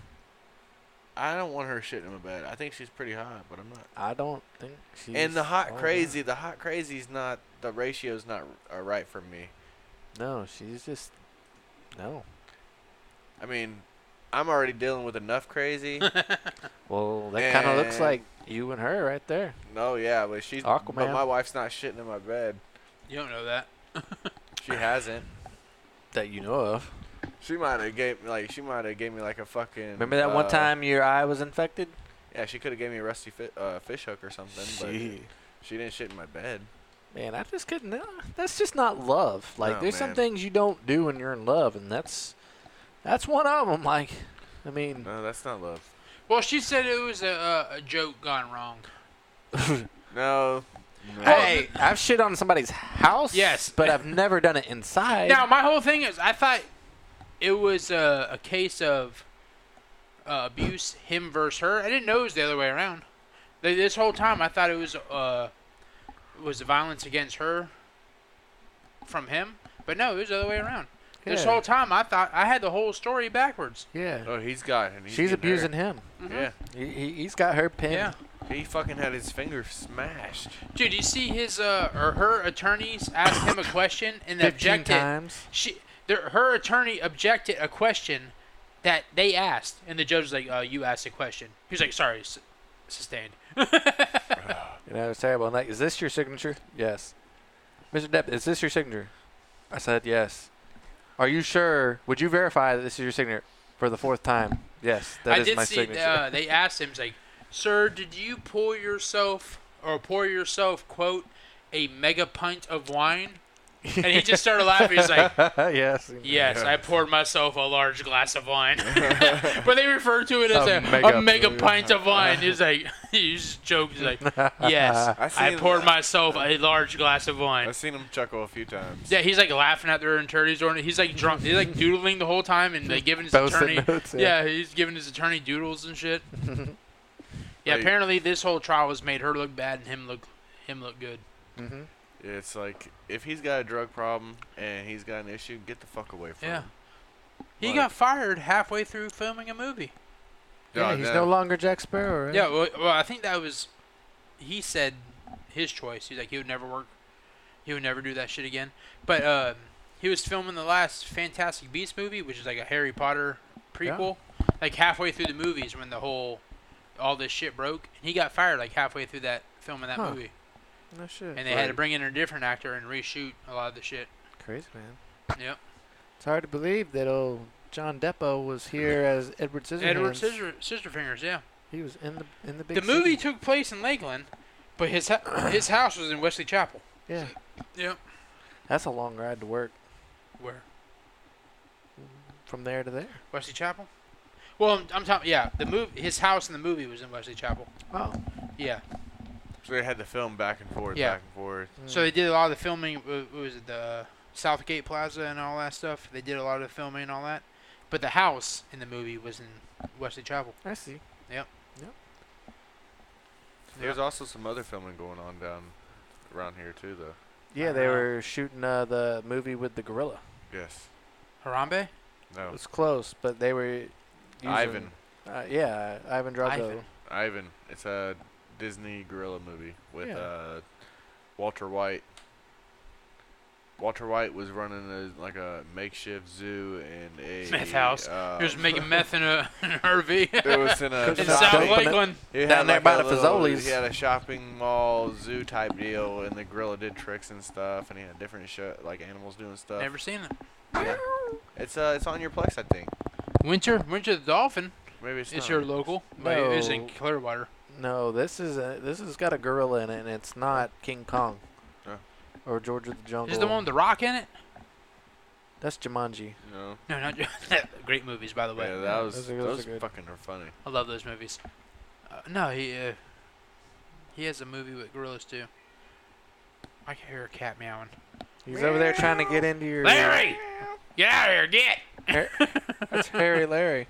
Speaker 1: I don't want her shitting in my bed. I think she's pretty hot, but I'm not.
Speaker 2: I don't think she's.
Speaker 1: and the hot
Speaker 2: all that.
Speaker 1: crazy, the hot crazy's not the ratio's not uh, right for me.
Speaker 2: No, she's just. No.
Speaker 1: I mean, I'm already dealing with enough crazy.
Speaker 2: Well, that kind of looks
Speaker 1: And-
Speaker 2: like you and her right there.
Speaker 1: no, Oh, yeah, but she's
Speaker 2: Aquaman.
Speaker 1: but my wife's not shitting in my bed.
Speaker 3: You don't know that.
Speaker 1: She hasn't.
Speaker 2: That you know of.
Speaker 1: She might have gave like she might have gave me like a fucking.
Speaker 2: Remember that one
Speaker 1: uh,
Speaker 2: time your eye was infected?
Speaker 1: Yeah, she could have gave me a rusty fi- uh, fish hook or something,
Speaker 2: Shit.
Speaker 1: but she didn't shit in my bed.
Speaker 2: Man, I just couldn't. uh, That's just not love. Like,
Speaker 1: No,
Speaker 2: there's some
Speaker 1: man.
Speaker 2: things you don't do when you're in love, and that's that's one of them. Like, I mean,
Speaker 1: No, that's not love.
Speaker 3: Well, she said it was a, a, a joke gone wrong.
Speaker 1: No. no.
Speaker 3: Well,
Speaker 2: hey, I've shit on somebody's house.
Speaker 3: Yes.
Speaker 2: but I've never done it inside.
Speaker 3: Now, my whole thing is, I thought it was a, a case of uh, abuse, him versus her. I didn't know it was the other way around. Th- This whole time, I thought it was uh, was violence against her from him, but no, it was the other way around. This
Speaker 2: Yeah.
Speaker 3: whole time, I thought I had the whole story backwards.
Speaker 2: yeah,
Speaker 1: Oh, he's got and he's
Speaker 2: she's
Speaker 1: getting
Speaker 2: abusing him.
Speaker 1: her.
Speaker 2: He, he, he's got her pinned.
Speaker 3: Yeah.
Speaker 1: Yeah, he fucking had his finger smashed.
Speaker 3: Dude, you see his uh, or her attorneys asked him a question and
Speaker 2: 15
Speaker 3: objected.
Speaker 2: times.
Speaker 3: She, their, her attorney objected a question that they asked, and the judge was like, uh, "You asked a question." He was like, "Sorry, s- sustained."
Speaker 2: You know, it's terrible. I'm like, is this your signature? Yes. Mr. Depp, is this your signature? I said yes. Are you sure? Would you verify that this is your signature for the fourth time? Yes, that
Speaker 3: I
Speaker 2: is
Speaker 3: did
Speaker 2: my
Speaker 3: see
Speaker 2: signature.
Speaker 3: uh, they asked him, he's like, "Sir, did you pour yourself or pour yourself quote a mega pint of wine?" And he just started laughing. He's like,
Speaker 2: yes.
Speaker 3: "Yes, I poured myself a large glass of wine," but they refer to it as
Speaker 2: A
Speaker 3: a, a mega,
Speaker 2: mega-
Speaker 3: pint of wine. He's like, he just jokes he's like, "Yes,
Speaker 1: I
Speaker 3: I
Speaker 1: seen
Speaker 3: poured
Speaker 1: that.
Speaker 3: myself a large glass of wine."
Speaker 1: I've seen him chuckle a few times.
Speaker 3: Yeah, he's like laughing at their attorneys, or he's like drunk. He's like doodling the whole time, and like giving his
Speaker 2: Posting
Speaker 3: attorney.
Speaker 2: notes, yeah.
Speaker 3: yeah. he's giving his attorney doodles and shit. yeah,
Speaker 1: Like-
Speaker 3: apparently this whole trial has made her look bad and him look him look good.
Speaker 2: hmm
Speaker 1: It's like if he's got a drug problem and he's got an issue, get the fuck away from
Speaker 3: Yeah,
Speaker 1: him.
Speaker 3: he
Speaker 1: Like-
Speaker 3: got fired halfway through filming a movie.
Speaker 2: Yeah,
Speaker 1: God,
Speaker 2: he's
Speaker 1: that-
Speaker 2: no longer Jack Sparrow, right?
Speaker 3: Yeah, well, well, I think that was he said his choice. He's like he would never work, he would never do that shit again. But uh, he was filming the last Fantastic Beasts movie, which is like a Harry Potter prequel. Like halfway through the movies, when the whole all this shit broke, and he got fired like halfway through that filming that
Speaker 2: Huh.
Speaker 3: movie,
Speaker 2: No shit.
Speaker 3: and they had to
Speaker 1: Right.
Speaker 3: bring in a different actor and reshoot a lot of the shit.
Speaker 2: Crazy man.
Speaker 3: Yep.
Speaker 2: It's hard to believe that old John Depo was here as Edward Scissorhands.
Speaker 3: Edward Scissor, Scissorfingers, yeah.
Speaker 2: He was in the in the big.
Speaker 3: The movie
Speaker 2: city.
Speaker 3: took place in Lakeland, but his ha- his house was in Wesley Chapel.
Speaker 2: Yeah,
Speaker 3: Yep.
Speaker 2: that's a long ride to work
Speaker 3: Where?
Speaker 2: from there to there.
Speaker 3: Wesley Chapel. Well, I'm, I'm talking. Yeah, the move. His house in the movie was in Wesley Chapel.
Speaker 2: Oh.
Speaker 3: Yeah.
Speaker 1: So they had to film back and forth,
Speaker 3: Yeah.
Speaker 1: back and forth.
Speaker 2: Mm.
Speaker 3: So they did a lot of the filming. uh, What was it the Southgate Plaza and all that stuff? They did a lot of the filming and all that. But the house in the movie was in Wesley Chapel.
Speaker 2: I see.
Speaker 3: Yep.
Speaker 2: Yep.
Speaker 1: There's also some other filming going on down around here too, though.
Speaker 2: Yeah, they
Speaker 3: Uh-huh.
Speaker 2: were shooting uh, the movie with the gorilla.
Speaker 1: Yes.
Speaker 3: Harambe?
Speaker 1: No.
Speaker 2: It was close, but they were. Using,
Speaker 1: Oh. Ivan.
Speaker 2: Uh, yeah, Ivan Drago.
Speaker 3: Ivan.
Speaker 1: Ivan. It's a Disney gorilla movie with
Speaker 2: Yeah.
Speaker 1: uh, Walter White. Walter White was running a, like a makeshift zoo and a
Speaker 3: Meth house.
Speaker 1: Uh,
Speaker 3: He was making meth in a in an RV
Speaker 1: it was in a
Speaker 2: Cooking
Speaker 3: in
Speaker 2: up
Speaker 1: shopping-
Speaker 3: South
Speaker 2: dope in it.
Speaker 3: Lakeland.
Speaker 1: He had
Speaker 2: Down there
Speaker 1: like
Speaker 2: by
Speaker 1: a
Speaker 2: the
Speaker 1: little-
Speaker 2: Fazoli's.
Speaker 1: He had a shopping mall zoo type deal, and the gorilla did tricks and stuff, and he had different sh- like animals doing stuff.
Speaker 3: Never seen it.
Speaker 1: Yeah. It's uh, it's on your Plex, I think.
Speaker 3: Winter, Winter the Dolphin
Speaker 1: Maybe it's,
Speaker 3: is
Speaker 1: not.
Speaker 3: your local, but it is in
Speaker 2: No.
Speaker 3: Clearwater.
Speaker 2: No, this is a, this has got a gorilla in it, and it's not King Kong.
Speaker 1: Yeah.
Speaker 2: Or George of the Jungle.
Speaker 3: Is the one with the rock in it?
Speaker 2: That's Jumanji.
Speaker 1: No.
Speaker 3: No, not great movies, by the way.
Speaker 1: Yeah, that was
Speaker 2: Those
Speaker 1: those,
Speaker 2: are- those are good.
Speaker 1: fucking are funny.
Speaker 3: I love those movies. Uh, no, he uh, he has a movie with gorillas too. I can hear a cat meowing.
Speaker 2: He's over there trying to get into your.
Speaker 3: Larry, get out of here, get
Speaker 2: That's Harry Larry.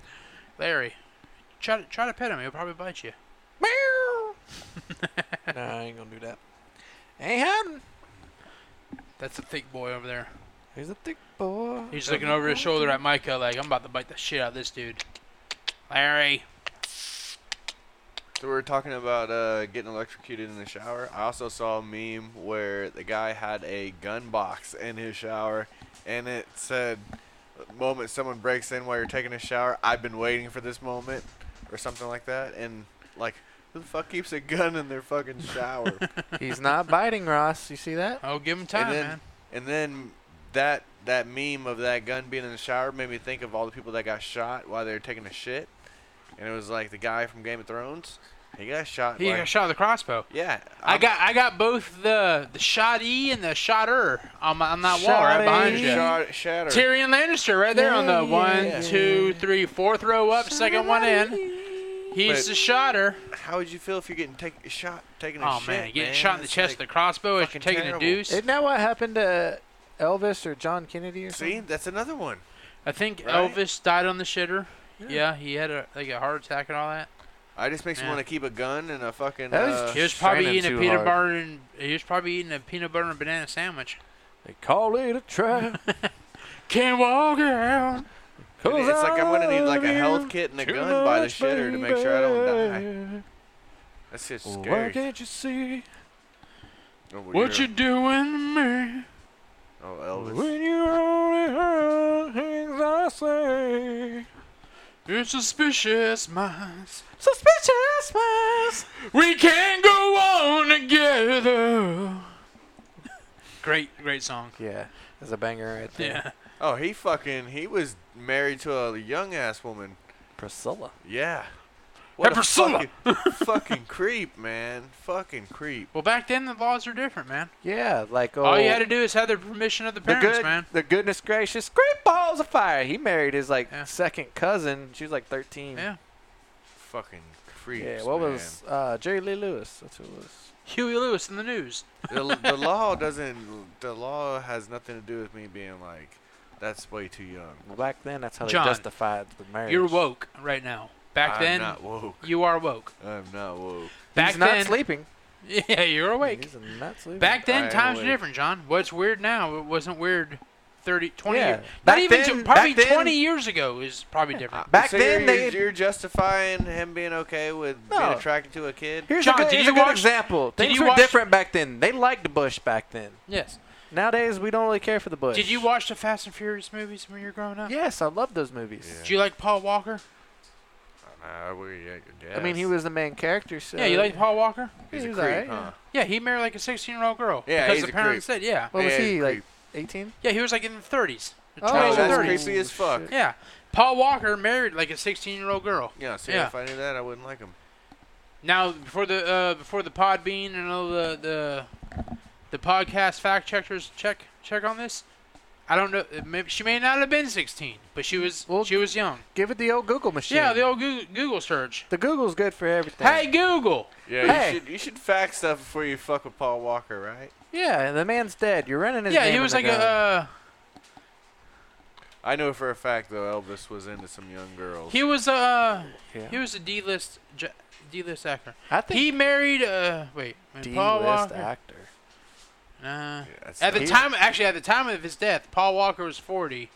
Speaker 3: Larry. Try to try to pet him. He'll probably bite you.
Speaker 2: Meow. nah, I ain't gonna do that. Ain't happening.
Speaker 3: That's a thick boy over there.
Speaker 2: He's a thick boy.
Speaker 3: He's looking over his shoulder at Micah like I'm about to bite the shit out of this dude. Larry.
Speaker 1: So we were talking about uh, getting electrocuted in the shower. I also saw a meme where the guy had a gun box in his shower, and it said, "The "Moment someone breaks in while you're taking a shower. I've been waiting for this moment," or something like that. And like, who the fuck keeps a gun in their fucking shower?
Speaker 2: He's not biting, Ross. You see that?
Speaker 3: Oh, give him time,
Speaker 1: then-
Speaker 3: man.
Speaker 1: and then that that meme of that gun being in the shower made me think of all the people that got shot while they were taking a shit. And it was like the guy from Game of Thrones. He got shot.
Speaker 3: He
Speaker 1: like-
Speaker 3: got shot with a crossbow.
Speaker 1: Yeah,
Speaker 3: i
Speaker 1: I'm-
Speaker 3: got I got both the the shotee and the shotter on my on that wall right behind
Speaker 2: Shotee.
Speaker 3: you.
Speaker 1: Shot, E. shatter.
Speaker 3: Tyrion Lannister right there on
Speaker 2: Yeah,
Speaker 3: the
Speaker 2: yeah.
Speaker 3: one, two, three, fourth row up, second one in. He's
Speaker 1: But-
Speaker 3: the shotter.
Speaker 1: How would you feel if you're getting take, shot, taking a
Speaker 3: Oh
Speaker 1: shit?
Speaker 3: man, getting shot in the
Speaker 1: It's
Speaker 3: chest
Speaker 1: like-
Speaker 3: with a crossbow as
Speaker 1: fucking
Speaker 3: you're taking
Speaker 1: terrible.
Speaker 3: a deuce.
Speaker 2: Isn't that what happened to Elvis or John Kennedy or
Speaker 1: See,
Speaker 2: something?
Speaker 1: that's another one.
Speaker 3: I think
Speaker 1: Right?
Speaker 3: Elvis died on the shitter.
Speaker 2: Yeah.
Speaker 3: Yeah, he had a like a heart attack and all that.
Speaker 1: I just makes me
Speaker 3: Yeah.
Speaker 1: want to keep a gun and a fucking.
Speaker 2: That is
Speaker 1: uh,
Speaker 3: He was probably
Speaker 2: straining
Speaker 3: eating a
Speaker 2: too
Speaker 3: peanut
Speaker 2: hard.
Speaker 3: butter and he was probably eating a peanut butter and banana sandwich.
Speaker 2: They call it a trap.
Speaker 3: Can't walk around.
Speaker 1: it's like I'm gonna need like a health kit and a gun by the shitter to make sure I don't die. That's just
Speaker 2: Why
Speaker 1: scary.
Speaker 2: can't you see
Speaker 1: Oh, well,
Speaker 3: What you
Speaker 1: you're-
Speaker 3: doing to me?
Speaker 1: Oh, Elvis.
Speaker 2: when you only heard things I say?
Speaker 3: You're suspicious minds.
Speaker 2: Suspicious minds.
Speaker 3: We can go on together. Great, great song.
Speaker 2: Yeah, that's a banger right there.
Speaker 3: Yeah.
Speaker 1: Oh, he fucking he was married to a young ass woman.
Speaker 2: Priscilla.
Speaker 1: Yeah.
Speaker 3: Hey, Priscilla!
Speaker 1: fucking, fucking creep, man. Fucking creep.
Speaker 3: Well, back then the laws are different, man.
Speaker 2: Yeah, like oh,
Speaker 3: All you had to do is have the permission of the
Speaker 2: the
Speaker 3: parents,
Speaker 2: good,
Speaker 3: man.
Speaker 2: the goodness gracious, great balls of fire. He married his like
Speaker 3: Yeah.
Speaker 2: second cousin. She was like 13.
Speaker 3: Yeah.
Speaker 1: Fucking creep.
Speaker 2: Yeah, what was uh, Jerry Lee Lewis? That's who it was.
Speaker 3: Huey Lewis in the news.
Speaker 1: the, the law doesn't the law has nothing to do with me being like that's way too young.
Speaker 2: Well, back then, that's how
Speaker 3: John,
Speaker 2: they justified the marriage.
Speaker 3: You're woke right now. Back
Speaker 1: I'm
Speaker 3: then,
Speaker 1: not woke.
Speaker 3: you are woke.
Speaker 1: I'm not woke.
Speaker 3: Back
Speaker 2: He's not
Speaker 3: then,
Speaker 2: sleeping.
Speaker 3: yeah, you're awake.
Speaker 2: He's not sleeping.
Speaker 3: Back
Speaker 1: I
Speaker 3: then,
Speaker 1: am
Speaker 3: times were
Speaker 1: awake.
Speaker 3: different, John. What's weird now? It wasn't weird 30, 20
Speaker 2: Yeah.
Speaker 3: years.
Speaker 2: Back
Speaker 3: Not even
Speaker 2: then-
Speaker 3: to- probably
Speaker 2: back then-
Speaker 3: 20 years ago is probably different.
Speaker 2: Back
Speaker 1: So
Speaker 2: then,
Speaker 1: you're,
Speaker 2: they-
Speaker 1: you're justifying him being okay with
Speaker 2: No.
Speaker 1: being attracted to a kid.
Speaker 2: Here's
Speaker 3: John,
Speaker 2: a good,
Speaker 3: did
Speaker 2: here's
Speaker 3: you
Speaker 2: a good
Speaker 3: watch-
Speaker 2: example.
Speaker 3: did
Speaker 2: Things
Speaker 3: you
Speaker 2: were
Speaker 3: watch-
Speaker 2: different back then. They liked the bush back then.
Speaker 3: yes.
Speaker 2: Nowadays, we don't really care for the bush.
Speaker 3: Did you watch the Fast and Furious movies when you were growing up?
Speaker 2: Yes, I love those movies.
Speaker 1: Yeah.
Speaker 3: Do you like Paul Walker?
Speaker 1: Uh, we- yeah,
Speaker 2: I mean, he
Speaker 1: guess.
Speaker 2: was the main character. So
Speaker 3: yeah, you like Paul Walker?
Speaker 1: He's
Speaker 2: he
Speaker 1: a
Speaker 2: was
Speaker 1: creep,
Speaker 2: alright, yeah.
Speaker 1: huh?
Speaker 3: Yeah, he married like a 16 year old girl.
Speaker 1: Yeah,
Speaker 3: because
Speaker 1: he's
Speaker 3: the
Speaker 1: a
Speaker 3: parents said, yeah.
Speaker 2: What was
Speaker 1: Yeah,
Speaker 2: he
Speaker 1: he's
Speaker 2: like? 18?
Speaker 3: Yeah, he was like in the 30s. The
Speaker 2: Oh,
Speaker 3: 20s
Speaker 1: Oh,
Speaker 3: or
Speaker 1: that's
Speaker 3: 30s.
Speaker 1: creepy as fuck.
Speaker 2: shit.
Speaker 3: Yeah. Paul Walker married like a 16 year old girl.
Speaker 1: Yeah, see,
Speaker 3: Yeah.
Speaker 1: if I knew that, I wouldn't like him.
Speaker 3: Now, before the uh, before the pod bean and all the, the the podcast fact checkers check check on this, I don't know. uh, Maybe she may not have been 16, but she was
Speaker 2: Well,
Speaker 3: she was young.
Speaker 2: Give it the old Google machine.
Speaker 3: Yeah, the old Google, Google search.
Speaker 2: The Google's good for everything.
Speaker 3: Hey Google.
Speaker 1: Yeah,
Speaker 2: Hey.
Speaker 1: you should you should fact stuff before you fuck with Paul Walker, right?
Speaker 2: Yeah, and the man's dead. You're running his
Speaker 3: Yeah,
Speaker 2: name
Speaker 3: he
Speaker 2: in
Speaker 3: was
Speaker 2: the
Speaker 3: like
Speaker 2: gun.
Speaker 3: a. Uh,
Speaker 1: I know for a fact though Elvis was into some young girls.
Speaker 3: He was uh
Speaker 2: Yeah.
Speaker 3: he was a D-list j- D-list actor.
Speaker 2: I think
Speaker 3: He married uh wait, when
Speaker 2: D
Speaker 3: Paul
Speaker 2: list
Speaker 3: Walker.
Speaker 2: actor.
Speaker 3: Nah.
Speaker 1: Yeah, that's
Speaker 3: At the
Speaker 1: not-
Speaker 3: time, actually, at the time of his death, Paul Walker was 40,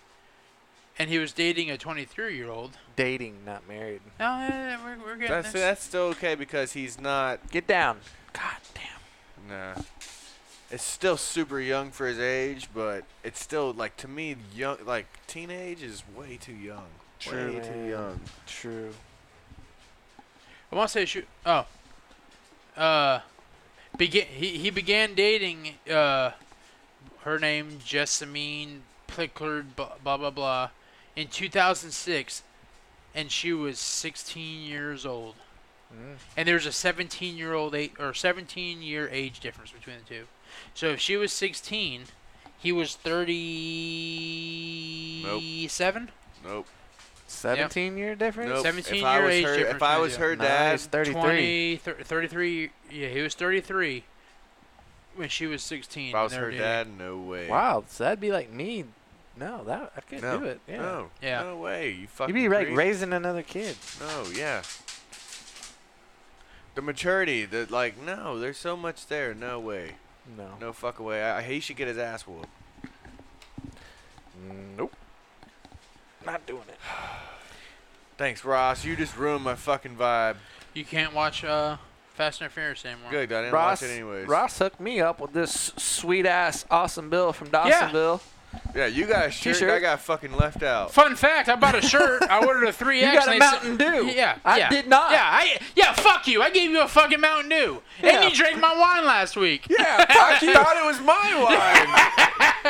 Speaker 3: and he was dating a 23-year-old.
Speaker 2: Dating, not married.
Speaker 3: No, eh, eh, we're, we're getting
Speaker 1: that's
Speaker 3: this.
Speaker 1: that's still okay because he's not.
Speaker 2: Get down. God damn.
Speaker 1: Nah. It's still super young for his age, but it's still like to me young like teenage is way too young.
Speaker 2: True,
Speaker 1: way too
Speaker 2: man.
Speaker 1: young.
Speaker 2: True.
Speaker 3: I want to say shoot. Oh, uh, begin. He he began dating uh, her name Jessamine Plickard, blah blah blah, blah in 2006, and she was 16 years old.
Speaker 2: Mm.
Speaker 3: And there's a 17 year old eight or 17 year age difference between the two. So if she was 16, he was 37.
Speaker 1: Nope.
Speaker 2: 17 year difference?
Speaker 1: Nope.
Speaker 3: 17
Speaker 1: if I
Speaker 3: year
Speaker 1: was
Speaker 3: age
Speaker 1: her,
Speaker 3: difference,
Speaker 1: if I
Speaker 3: no,
Speaker 1: was
Speaker 3: yeah.
Speaker 1: her dad,
Speaker 2: Nice, 33.
Speaker 3: 20, thir- 33. Yeah, he was 33 when she was 16.
Speaker 1: if I
Speaker 3: and
Speaker 1: was
Speaker 3: they were
Speaker 1: her
Speaker 3: dating.
Speaker 1: dad, no way.
Speaker 2: Wow, so that'd be like me. No, that I couldn't
Speaker 1: No.
Speaker 2: do it. Yeah.
Speaker 1: No.
Speaker 3: Yeah.
Speaker 1: No way. You
Speaker 2: You'd
Speaker 1: fucking.
Speaker 2: be like
Speaker 1: creep.
Speaker 2: raising another kid.
Speaker 1: No, yeah. The maturity, that like, no, there's so much there. No way.
Speaker 2: No.
Speaker 1: No fuck away. I, he should get his ass whooped.
Speaker 2: Nope. Not doing it.
Speaker 1: Thanks, Ross. You just ruined my fucking vibe.
Speaker 3: You can't watch uh, Fast and Furious anymore.
Speaker 1: Good. I didn't
Speaker 2: Ross,
Speaker 1: watch it anyways.
Speaker 2: Ross hooked me up with this sweet ass awesome bill from
Speaker 3: Yeah.
Speaker 2: Dawsonville.
Speaker 1: Yeah, you got a shirt.
Speaker 2: T-shirt.
Speaker 1: I got fucking left out.
Speaker 3: Fun fact: I bought a shirt. I ordered a 3X.
Speaker 2: You got
Speaker 3: and
Speaker 2: a
Speaker 3: they
Speaker 2: Mountain Dew.
Speaker 3: Yeah,
Speaker 2: I
Speaker 3: yeah.
Speaker 2: did not.
Speaker 3: Yeah, I yeah. Fuck you! I gave you a fucking Mountain Dew, and
Speaker 2: Yeah.
Speaker 3: you drank my wine last week.
Speaker 1: Yeah, I thought it was my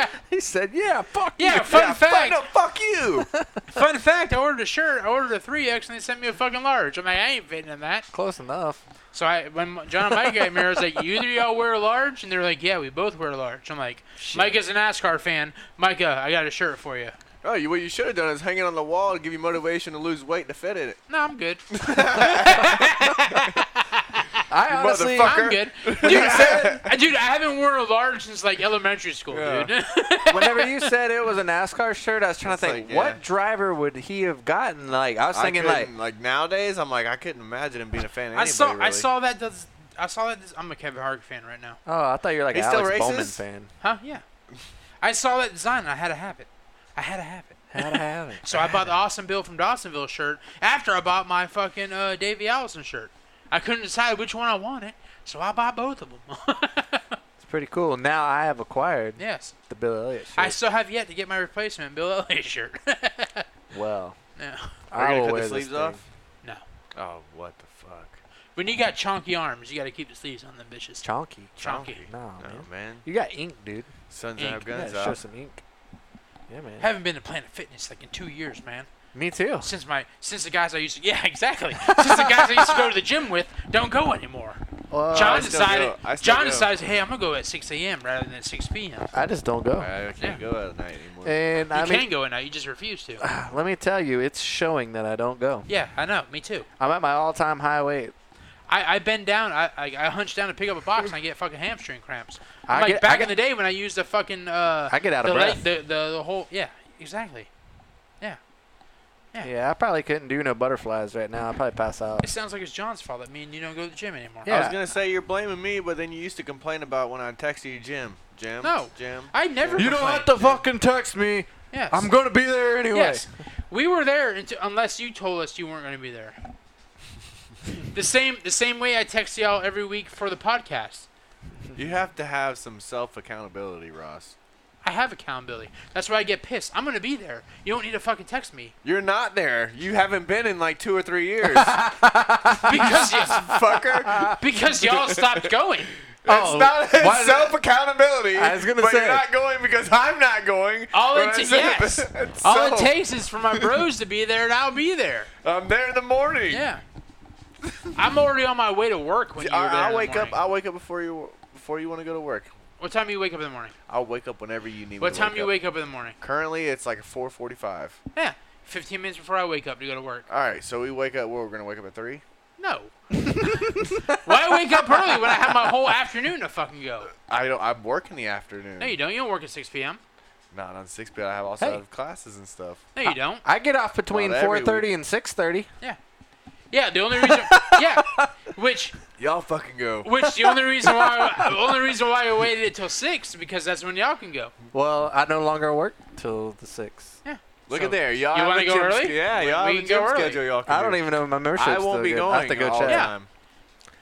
Speaker 1: wine.
Speaker 2: He said, "Yeah, fuck
Speaker 3: Yeah,
Speaker 2: you."
Speaker 3: fun
Speaker 1: Yeah, fuck-
Speaker 3: fact.
Speaker 1: no, fuck you.
Speaker 3: Fun fact: I ordered a shirt. I ordered a 3X, and they sent me a fucking large. I'm like, I ain't fitting in that.
Speaker 2: Close enough.
Speaker 3: So I, when John and Mike came here, I was like, "You three all wear a large?" And they're like, "Yeah, we both wear a large." I'm like, "Mike is a NASCAR fan. Micah, I got a shirt for you."
Speaker 1: Oh, you, what you should have done is hang it on the wall to give you motivation to lose weight to fit in it.
Speaker 3: No, I'm good.
Speaker 2: I honestly,
Speaker 1: motherfucker.
Speaker 3: I'm good, dude. I, dude, I haven't worn a large since like elementary school,
Speaker 1: Yeah.
Speaker 3: dude.
Speaker 2: whenever you said it was a NASCAR shirt, I was trying to
Speaker 1: It's
Speaker 2: think
Speaker 1: like,
Speaker 2: what
Speaker 1: yeah.
Speaker 2: driver would he have gotten? Like I was
Speaker 1: I
Speaker 2: thinking, like
Speaker 1: couldn't- nowadays, I'm like I couldn't imagine him being a fan of anybody.
Speaker 3: I saw, I
Speaker 1: really.
Speaker 3: saw that. Does I saw that? This, I'm a Kevin Hart fan right now.
Speaker 2: oh, I thought you were like
Speaker 1: He's
Speaker 2: an
Speaker 1: still
Speaker 2: Alex Bowman
Speaker 1: racist?
Speaker 2: fan.
Speaker 3: Huh? Yeah. I saw that design. and I had to have it. I had to have it.
Speaker 2: How to have it?
Speaker 3: So I bought the Austin Bill from Dawsonville shirt after I bought my fucking uh, Davey Allison shirt. I couldn't decide which one I wanted, so I bought both of them.
Speaker 2: It's pretty cool. Now I have acquired
Speaker 3: yes.
Speaker 2: the Bill Elliott shirt.
Speaker 3: I still have yet to get my replacement Bill Elliott shirt.
Speaker 2: well,
Speaker 3: no.
Speaker 1: Are
Speaker 2: I
Speaker 1: you
Speaker 2: will
Speaker 1: gonna
Speaker 2: wear
Speaker 1: cut the
Speaker 2: this
Speaker 1: sleeves
Speaker 2: thing.
Speaker 1: off?
Speaker 3: No.
Speaker 1: Oh, what the fuck?
Speaker 3: When you got chonky arms, you got to keep the sleeves on them bitches.
Speaker 2: Chonky.
Speaker 3: Chonky.
Speaker 2: No,
Speaker 1: No,
Speaker 2: Oh, man.
Speaker 1: man.
Speaker 2: You got ink, dude.
Speaker 1: Sons
Speaker 3: Ink.
Speaker 1: have
Speaker 2: You
Speaker 1: guns
Speaker 2: gotta show
Speaker 1: out.
Speaker 2: some ink. Yeah, man.
Speaker 3: Haven't been to Planet Fitness like in two years, man.
Speaker 2: Me too.
Speaker 3: Since my since the guys I used to yeah exactly since the guys I used to go to the gym with don't go anymore.
Speaker 2: Well,
Speaker 3: John
Speaker 1: I still
Speaker 3: decided.
Speaker 1: go. I still
Speaker 3: John
Speaker 1: go.
Speaker 3: decides, hey, I'm gonna go at 6 a.m. rather than 6 p.m.
Speaker 2: I just don't go.
Speaker 1: I can't go out at night anymore.
Speaker 2: And
Speaker 3: You
Speaker 2: I
Speaker 3: can
Speaker 2: mean,
Speaker 3: go at night. You just refuse to.
Speaker 2: let me tell you, it's showing that I don't go.
Speaker 3: yeah, I know. Me too.
Speaker 2: I'm at my all-time high weight.
Speaker 3: I, I bend down. I, I I hunch down to pick up a box and I get fucking hamstring cramps.
Speaker 2: I
Speaker 3: like
Speaker 2: get-
Speaker 3: back
Speaker 2: I get-
Speaker 3: in the day when I used the fucking. Uh,
Speaker 2: I get out
Speaker 3: the
Speaker 2: of
Speaker 3: leg-
Speaker 2: breath.
Speaker 3: The, the the whole yeah exactly.
Speaker 2: yeah, I probably couldn't do no butterflies right now. I'd probably pass out.
Speaker 3: It sounds like it's John's fault that me and you don't go to the gym anymore.
Speaker 1: I was
Speaker 2: yeah.
Speaker 1: gonna say you're blaming me, but then you used to complain about when I texted you, Jim. Jim.
Speaker 3: No.
Speaker 1: Jim.
Speaker 3: I never. complained.
Speaker 2: fucking text me.
Speaker 3: Yes.
Speaker 2: gonna be there anyway.
Speaker 3: Yes. We were there until, unless you told us you weren't going to be there. the same the same way I text y'all every week for the podcast.
Speaker 1: You have to have some self accountability, Ross.
Speaker 3: I have accountability. That's why I get pissed. I'm going to be there. You don't need to fucking text me.
Speaker 1: You're not there. You haven't been in like two or three years,
Speaker 3: Because y-
Speaker 1: fucker.
Speaker 3: because y'all stopped going.
Speaker 1: That's
Speaker 2: Oh,
Speaker 1: not
Speaker 2: why did-
Speaker 1: self accountability.
Speaker 2: I was gonna
Speaker 1: but
Speaker 2: say.
Speaker 1: you're not going because I'm not going.
Speaker 3: All it
Speaker 1: But
Speaker 3: ta-
Speaker 1: it's-
Speaker 3: yes.
Speaker 1: it's
Speaker 3: All it
Speaker 1: so-
Speaker 3: takes is for my bros to be there and I'll be there.
Speaker 1: I'm there in the morning.
Speaker 3: Yeah. I'm already on my way to work when you were there.
Speaker 1: I,
Speaker 3: in
Speaker 1: will
Speaker 3: the
Speaker 1: wake up.
Speaker 3: morning.
Speaker 1: I'll wake up before you before you want to go to work.
Speaker 3: What time do you wake up in the morning?
Speaker 1: I'll wake up whenever you need me.
Speaker 3: What
Speaker 1: to
Speaker 3: time do you
Speaker 1: up.
Speaker 3: wake up in the morning?
Speaker 1: Currently, it's like 4:45.
Speaker 3: Yeah. 15 minutes before I wake up to go to work.
Speaker 1: All right, so we wake up. Well, we're gonna wake up at three.
Speaker 3: No. Why wake up early when I have my whole afternoon to fucking go?
Speaker 1: I don't. I work in the afternoon.
Speaker 3: No, you don't. You don't work at 6 p.m.
Speaker 1: Not on six, but I have also
Speaker 2: Hey.
Speaker 1: have classes and stuff.
Speaker 3: No, you don't.
Speaker 2: I get off between
Speaker 1: Not every
Speaker 2: 4:30 and 6:30.
Speaker 3: Yeah, the only reason. yeah, which
Speaker 1: Y'all fucking go.
Speaker 3: which the only reason why the only reason why I waited until six because that's when y'all can go.
Speaker 2: Well, I no longer work till the six.
Speaker 1: Look
Speaker 3: So,
Speaker 1: at there. Y'all
Speaker 3: you
Speaker 1: want
Speaker 3: wanna
Speaker 1: to
Speaker 3: go early?
Speaker 1: yeah,
Speaker 3: We-
Speaker 1: y'all
Speaker 3: we
Speaker 1: have a
Speaker 3: can go
Speaker 1: gym
Speaker 3: early.
Speaker 1: schedule. Y'all can
Speaker 2: I don't
Speaker 1: do.
Speaker 2: even know my membership.
Speaker 1: I won't be going.
Speaker 2: I have to go
Speaker 1: all
Speaker 2: check.
Speaker 1: The
Speaker 3: Yeah.
Speaker 1: time.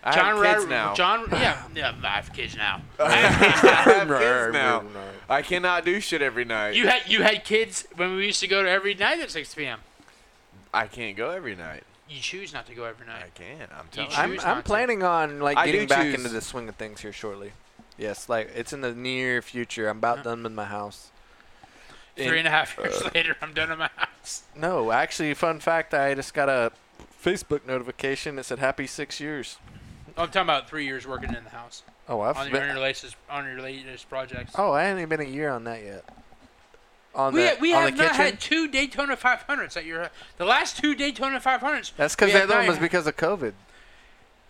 Speaker 1: I
Speaker 3: John
Speaker 1: have kids
Speaker 3: Ryder-
Speaker 1: now.
Speaker 3: John, yeah, yeah, I have kids now.
Speaker 1: I have kids now. I cannot do shit every night.
Speaker 3: You had you had kids when we used to go to every night at six p.m.
Speaker 1: I can't go every night.
Speaker 3: You choose not to go every
Speaker 1: I
Speaker 3: night.
Speaker 1: can't. I'm telling
Speaker 3: choose
Speaker 1: you.
Speaker 2: I'm,
Speaker 3: not
Speaker 2: I'm
Speaker 3: to.
Speaker 2: planning on like
Speaker 1: I do
Speaker 2: getting back
Speaker 1: choose.
Speaker 2: into the swing of things here shortly. Yes, like it's in the near future. I'm about
Speaker 3: Yeah.
Speaker 2: done with my house.
Speaker 3: Three and a half
Speaker 2: uh,
Speaker 3: years later, I'm done in my house.
Speaker 2: No, actually, fun fact. I just got a Facebook notification that said "Happy six years."
Speaker 3: I'm talking about three years working in the house
Speaker 2: Oh, I've
Speaker 3: on your, on
Speaker 2: been,
Speaker 3: your latest on your latest projects.
Speaker 2: oh, I ain't even been a year on that yet. On
Speaker 3: we
Speaker 2: the
Speaker 3: ha- we
Speaker 2: on
Speaker 3: have
Speaker 2: the
Speaker 3: not
Speaker 2: kitchen.
Speaker 3: had two Daytona 500s at your the last two Daytona 500s.
Speaker 2: That's because
Speaker 3: we
Speaker 2: the
Speaker 3: have
Speaker 2: other one
Speaker 3: not
Speaker 2: was
Speaker 3: had-
Speaker 2: because of COVID.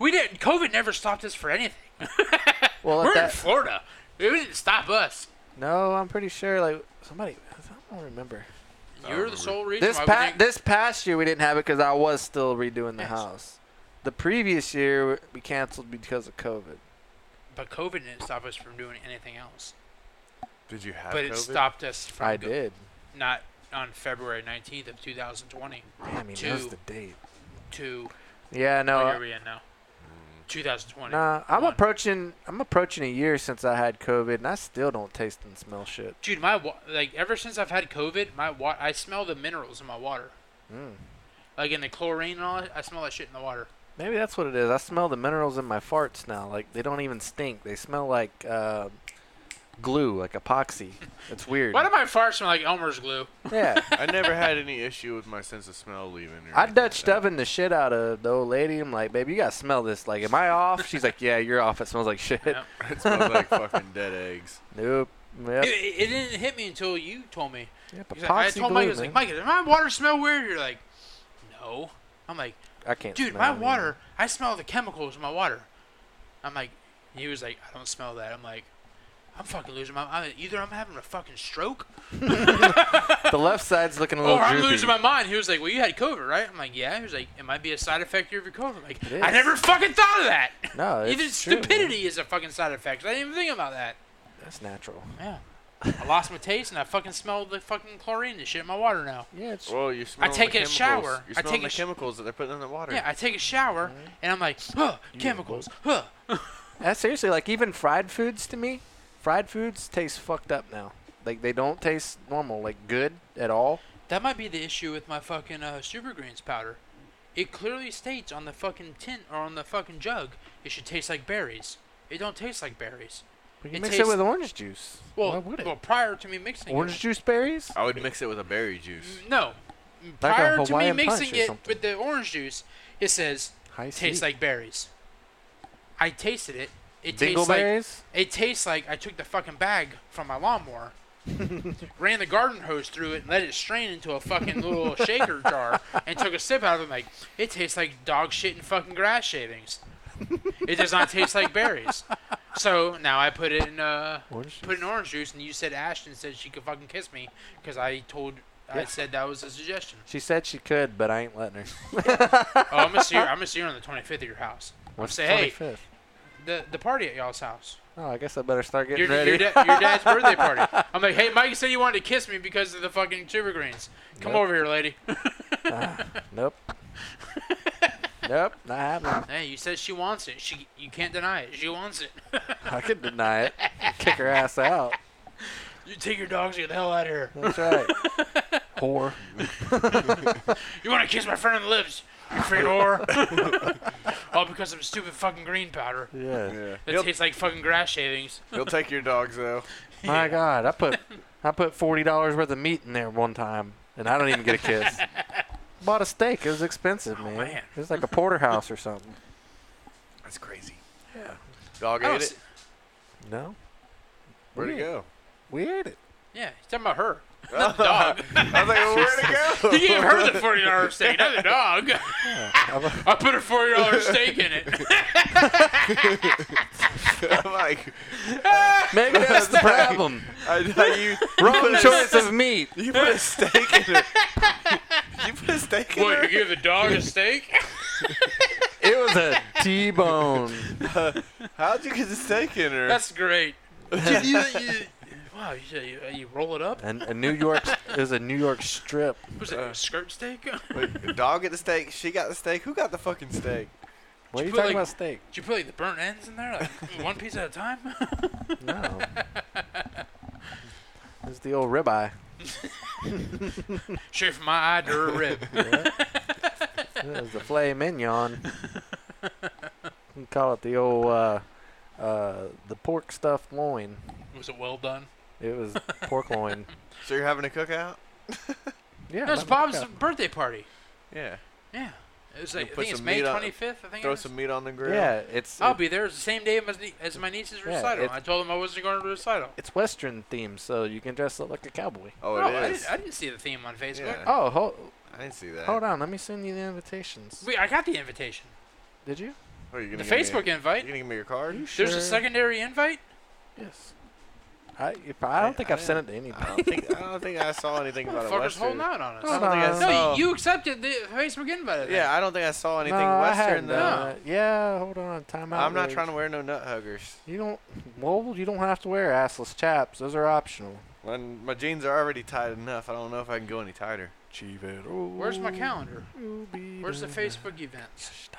Speaker 3: We didn't. COVID never stopped us for anything.
Speaker 2: Well, at
Speaker 3: We're in
Speaker 2: that,
Speaker 3: Florida. It didn't stop us.
Speaker 2: no, I'm pretty sure. Like somebody, I don't remember.
Speaker 3: You're the sole reason.
Speaker 2: This
Speaker 3: why we
Speaker 2: past
Speaker 3: didn't-
Speaker 2: this past year we didn't have it because I was still redoing the
Speaker 3: Yes.
Speaker 2: house. The previous year we canceled because of COVID.
Speaker 3: But COVID didn't stop us from doing anything else.
Speaker 1: Did you have
Speaker 3: But
Speaker 1: COVID?
Speaker 3: it stopped us from
Speaker 2: I
Speaker 3: go-
Speaker 2: did.
Speaker 3: not on February 19th of 2020
Speaker 2: Damn, he knows
Speaker 3: Two.
Speaker 2: the date.
Speaker 3: to
Speaker 2: Yeah, no.
Speaker 3: what year
Speaker 2: I-
Speaker 3: are we in now? 2020.
Speaker 2: Nah, I'm
Speaker 3: One.
Speaker 2: approaching. I'm approaching a year since I had COVID, and I still don't taste and smell shit.
Speaker 3: Dude, my wa- like ever since I've had COVID, my wa- I smell the minerals in my water.
Speaker 2: Mm.
Speaker 3: Like in the chlorine and all, that, I smell that shit in the water.
Speaker 2: Maybe that's what it is. I smell the minerals in my farts now. Like they don't even stink. They smell like uh, glue, like epoxy. It's weird.
Speaker 3: Why do my farts smell like Elmer's glue?
Speaker 2: yeah.
Speaker 1: I never had any issue with my sense of smell leaving.
Speaker 2: I
Speaker 1: or anything like
Speaker 2: Dutch
Speaker 1: that.
Speaker 2: dubbing the shit out of the old lady. I'm like, babe, you gotta smell this. Like, am I off? She's like, yeah, you're off. It smells like shit.
Speaker 3: Yep.
Speaker 1: It smells like fucking dead eggs.
Speaker 2: Nope. Yep.
Speaker 3: It, it didn't hit me until you told me.
Speaker 2: Yep,
Speaker 3: He's like- I
Speaker 2: epoxy
Speaker 3: told
Speaker 2: glue,
Speaker 3: Mike, I was
Speaker 2: man.
Speaker 3: like, Mike, does my water smell weird? You're like, no. I'm like,
Speaker 2: I can't.
Speaker 3: dude,
Speaker 2: smell
Speaker 3: my
Speaker 2: it either.
Speaker 3: water, I smell the chemicals in my water. I'm like, he was like, I don't smell that. I'm like, I'm fucking losing my. I'm, either I'm having a fucking stroke,
Speaker 2: The left side's looking a
Speaker 3: or
Speaker 2: little
Speaker 3: Oh, I'm
Speaker 2: droopy.
Speaker 3: losing my mind. He was like, Well, you had COVID, right? I'm like, Yeah. He was like, It might be a side effect of your COVID. I'm like,
Speaker 2: It
Speaker 3: I
Speaker 2: is.
Speaker 3: never fucking thought of that.
Speaker 2: no, it's
Speaker 3: Even
Speaker 2: true, man.
Speaker 3: stupidity is a fucking side effect. I didn't even think about that.
Speaker 2: That's natural.
Speaker 3: Yeah. I lost my taste and I fucking smell the fucking chlorine and shit in my water now.
Speaker 2: Yeah, it's
Speaker 1: Well, you smell.
Speaker 3: take
Speaker 1: the
Speaker 3: a
Speaker 1: chemicals.
Speaker 3: shower.
Speaker 1: You
Speaker 3: I
Speaker 1: smell
Speaker 3: take
Speaker 1: the
Speaker 3: a sh-
Speaker 1: chemicals that they're putting in the water.
Speaker 3: Yeah, I take a shower and I'm like, huh, chemicals, huh.
Speaker 2: That's seriously like even fried foods to me. Fried foods taste fucked up now. Like they don't taste normal, like good at all.
Speaker 3: That might be the issue with my fucking uh, super greens powder. It clearly states on the fucking tin or on the fucking jug, it should taste like berries. It don't taste like berries.
Speaker 2: But
Speaker 3: It
Speaker 2: you mix it
Speaker 3: tastes-
Speaker 2: with orange juice. Why
Speaker 3: Well,
Speaker 2: would it?
Speaker 3: well, prior to me mixing
Speaker 2: orange
Speaker 3: it,
Speaker 2: juice berries?
Speaker 1: I would mix it with a berry juice.
Speaker 3: no,
Speaker 2: Like a
Speaker 3: prior to me
Speaker 2: Hawaiian punch
Speaker 3: mixing
Speaker 2: or
Speaker 3: it
Speaker 2: something.
Speaker 3: with the orange juice, it says
Speaker 2: High
Speaker 3: tastes
Speaker 2: C.
Speaker 3: like berries. I tasted it. It tastes like
Speaker 2: dingleberries.
Speaker 3: It tastes like I took the fucking bag from my lawnmower, ran the garden hose through it, and let it strain into a fucking little shaker jar, and took a sip out of it. Like it tastes like dog shit and fucking grass shavings. It does not taste like berries. So now I put it in uh
Speaker 2: orange juice.
Speaker 3: put in orange juice, and you said Ashton said she could fucking kiss me because I told I
Speaker 2: Yeah.
Speaker 3: said that was a suggestion.
Speaker 2: She said she could, but I ain't letting her.
Speaker 3: oh, I'm gonna see her. I'm gonna see her on the 25th at your house.
Speaker 2: What's
Speaker 3: say, hey,
Speaker 2: 25th?
Speaker 3: The the party at y'all's house.
Speaker 2: Oh, I guess I better start getting
Speaker 3: your,
Speaker 2: ready.
Speaker 3: your, da- your dad's birthday party. I'm like, hey, Mike said you wanted to kiss me because of the fucking tuber greens. Come
Speaker 2: Nope.
Speaker 3: over here, lady.
Speaker 2: Ah, nope. nope, not happening.
Speaker 3: hey, you said she wants it. She, you can't deny it. She wants it.
Speaker 2: I could deny it. Kick her ass out.
Speaker 3: You take your dogs and get the hell out of here.
Speaker 2: That's right. Whore.
Speaker 3: You want to kiss my friend on the lips? You freaking whore. All because of stupid fucking green powder
Speaker 2: Yeah.
Speaker 1: Yeah.
Speaker 3: that
Speaker 1: He'll,
Speaker 3: tastes like fucking grass shavings.
Speaker 1: he'll take your dogs though.
Speaker 2: My God, I put I put forty dollars worth of meat in there one time, and I don't even get a kiss. Bought a steak. It was expensive, Oh, man.
Speaker 3: man.
Speaker 2: It was like a porterhouse or something.
Speaker 1: That's crazy. Yeah. Dog
Speaker 3: I don't
Speaker 1: ate
Speaker 3: Oh, s-
Speaker 1: it.
Speaker 2: No,
Speaker 1: Where'd it
Speaker 2: we ate-
Speaker 1: go?
Speaker 2: We ate it.
Speaker 3: Yeah, he's talking about her. Not the dog.
Speaker 1: I was like, well, where'd it go?
Speaker 3: You gave her the forty dollars steak, not the dog.
Speaker 2: Yeah.
Speaker 3: I put a forty dollars steak in it.
Speaker 1: I'm like,
Speaker 2: Maybe that's the problem.
Speaker 1: I, I, you, you
Speaker 2: Wrong
Speaker 1: put a-
Speaker 2: choice of meat.
Speaker 1: You put a steak in it. You put a steak in
Speaker 3: What, you
Speaker 1: it.
Speaker 3: give the dog a steak?
Speaker 2: It was a T-bone.
Speaker 1: How'd you get the steak in her?
Speaker 3: That's great. Dude, you, you, wow, you, you, you roll it up?
Speaker 2: And a New York it was a New York strip.
Speaker 3: Was it
Speaker 1: Uh.
Speaker 3: a skirt steak? Did
Speaker 1: Wait, dog at the steak. She got the steak. Who got the fucking steak?
Speaker 2: What are
Speaker 3: you
Speaker 2: you
Speaker 3: put,
Speaker 2: talking
Speaker 3: like-
Speaker 2: about steak?
Speaker 3: you put like the burnt ends in there? Like one piece at a time?
Speaker 2: No. It's the old ribeye.
Speaker 3: Straight from my eye to her rib.
Speaker 2: It was the filet mignon. You call it the old uh, uh, the pork stuffed loin.
Speaker 3: Was it well done?
Speaker 2: It was pork loin.
Speaker 1: So you're having a cookout?
Speaker 2: Yeah.
Speaker 3: No,
Speaker 2: nothing
Speaker 3: it's
Speaker 2: like
Speaker 3: Bob's
Speaker 2: that.
Speaker 3: birthday party.
Speaker 1: Yeah.
Speaker 3: Yeah. It was
Speaker 1: You'll
Speaker 3: like, I
Speaker 1: put
Speaker 3: think it's
Speaker 1: some
Speaker 3: May
Speaker 1: meat on-
Speaker 3: 25th, I think it
Speaker 1: Throw
Speaker 3: is.
Speaker 1: some meat on the grill.
Speaker 2: Yeah, it's
Speaker 3: I'll
Speaker 2: it-
Speaker 3: be there. It's the same day as my, nie- as my niece's
Speaker 2: Yeah,
Speaker 3: recital.
Speaker 2: it's-
Speaker 3: I told them I wasn't going to the recital.
Speaker 2: it's western themed, so you can dress up like a cowboy.
Speaker 1: Oh,
Speaker 3: No, I,
Speaker 1: it is.
Speaker 3: didn't, I didn't see the theme on Facebook.
Speaker 1: Yeah.
Speaker 2: Oh, hold,
Speaker 1: I didn't see that.
Speaker 2: hold on. Let me send you the invitations.
Speaker 3: Wait, I got the invitation.
Speaker 2: Did you?
Speaker 1: What, are you
Speaker 3: The
Speaker 1: gonna give me
Speaker 3: Facebook
Speaker 1: A, you
Speaker 3: invite.
Speaker 1: gonna give me your card?
Speaker 2: You
Speaker 3: There's
Speaker 2: sure?
Speaker 3: a secondary invite.
Speaker 2: Yes. I if, I don't
Speaker 1: I-
Speaker 2: think
Speaker 1: I
Speaker 2: I've sent it to anybody.
Speaker 1: I don't think I don't think I saw anything about a
Speaker 3: Motherfuckers
Speaker 1: Western.
Speaker 3: holding out on us.
Speaker 1: I don't think I
Speaker 2: No,
Speaker 3: No,
Speaker 1: saw.
Speaker 3: you- you accepted the Facebook invite. I think.
Speaker 1: yeah, I don't think I saw anything
Speaker 2: no, I
Speaker 1: Western
Speaker 2: hadn't
Speaker 1: though.
Speaker 2: done that. Yeah, hold on. Time out.
Speaker 1: I'm not
Speaker 2: Ray.
Speaker 1: trying to wear no nut huggers.
Speaker 2: You don't. Well, you don't have to wear assless chaps. Those are optional.
Speaker 1: My, my jeans are already tight enough. I don't know if I can go any tighter.
Speaker 2: Achieve it.
Speaker 3: Where's my calendar? Where's the Facebook events?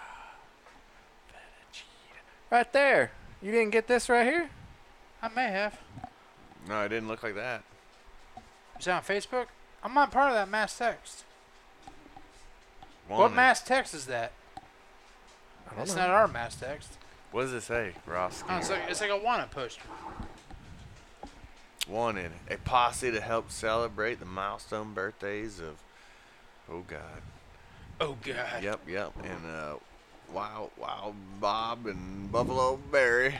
Speaker 2: Right there. You didn't get this right here.
Speaker 3: I may have.
Speaker 1: No, it didn't look like that.
Speaker 3: Is that on Facebook? I'm not part of that mass text. What
Speaker 1: Wanted.
Speaker 3: mass text is that?
Speaker 2: I don't
Speaker 3: It's
Speaker 2: know.
Speaker 3: not our mass text.
Speaker 1: What does it say, Ross?
Speaker 3: Oh, it's, like, it's like a wanna poster.
Speaker 1: Wanted a posse to help celebrate the milestone birthdays of. Oh God.
Speaker 3: Oh god.
Speaker 1: Yep, yep, and uh, Wild Wild Bob and Buffalo Barry.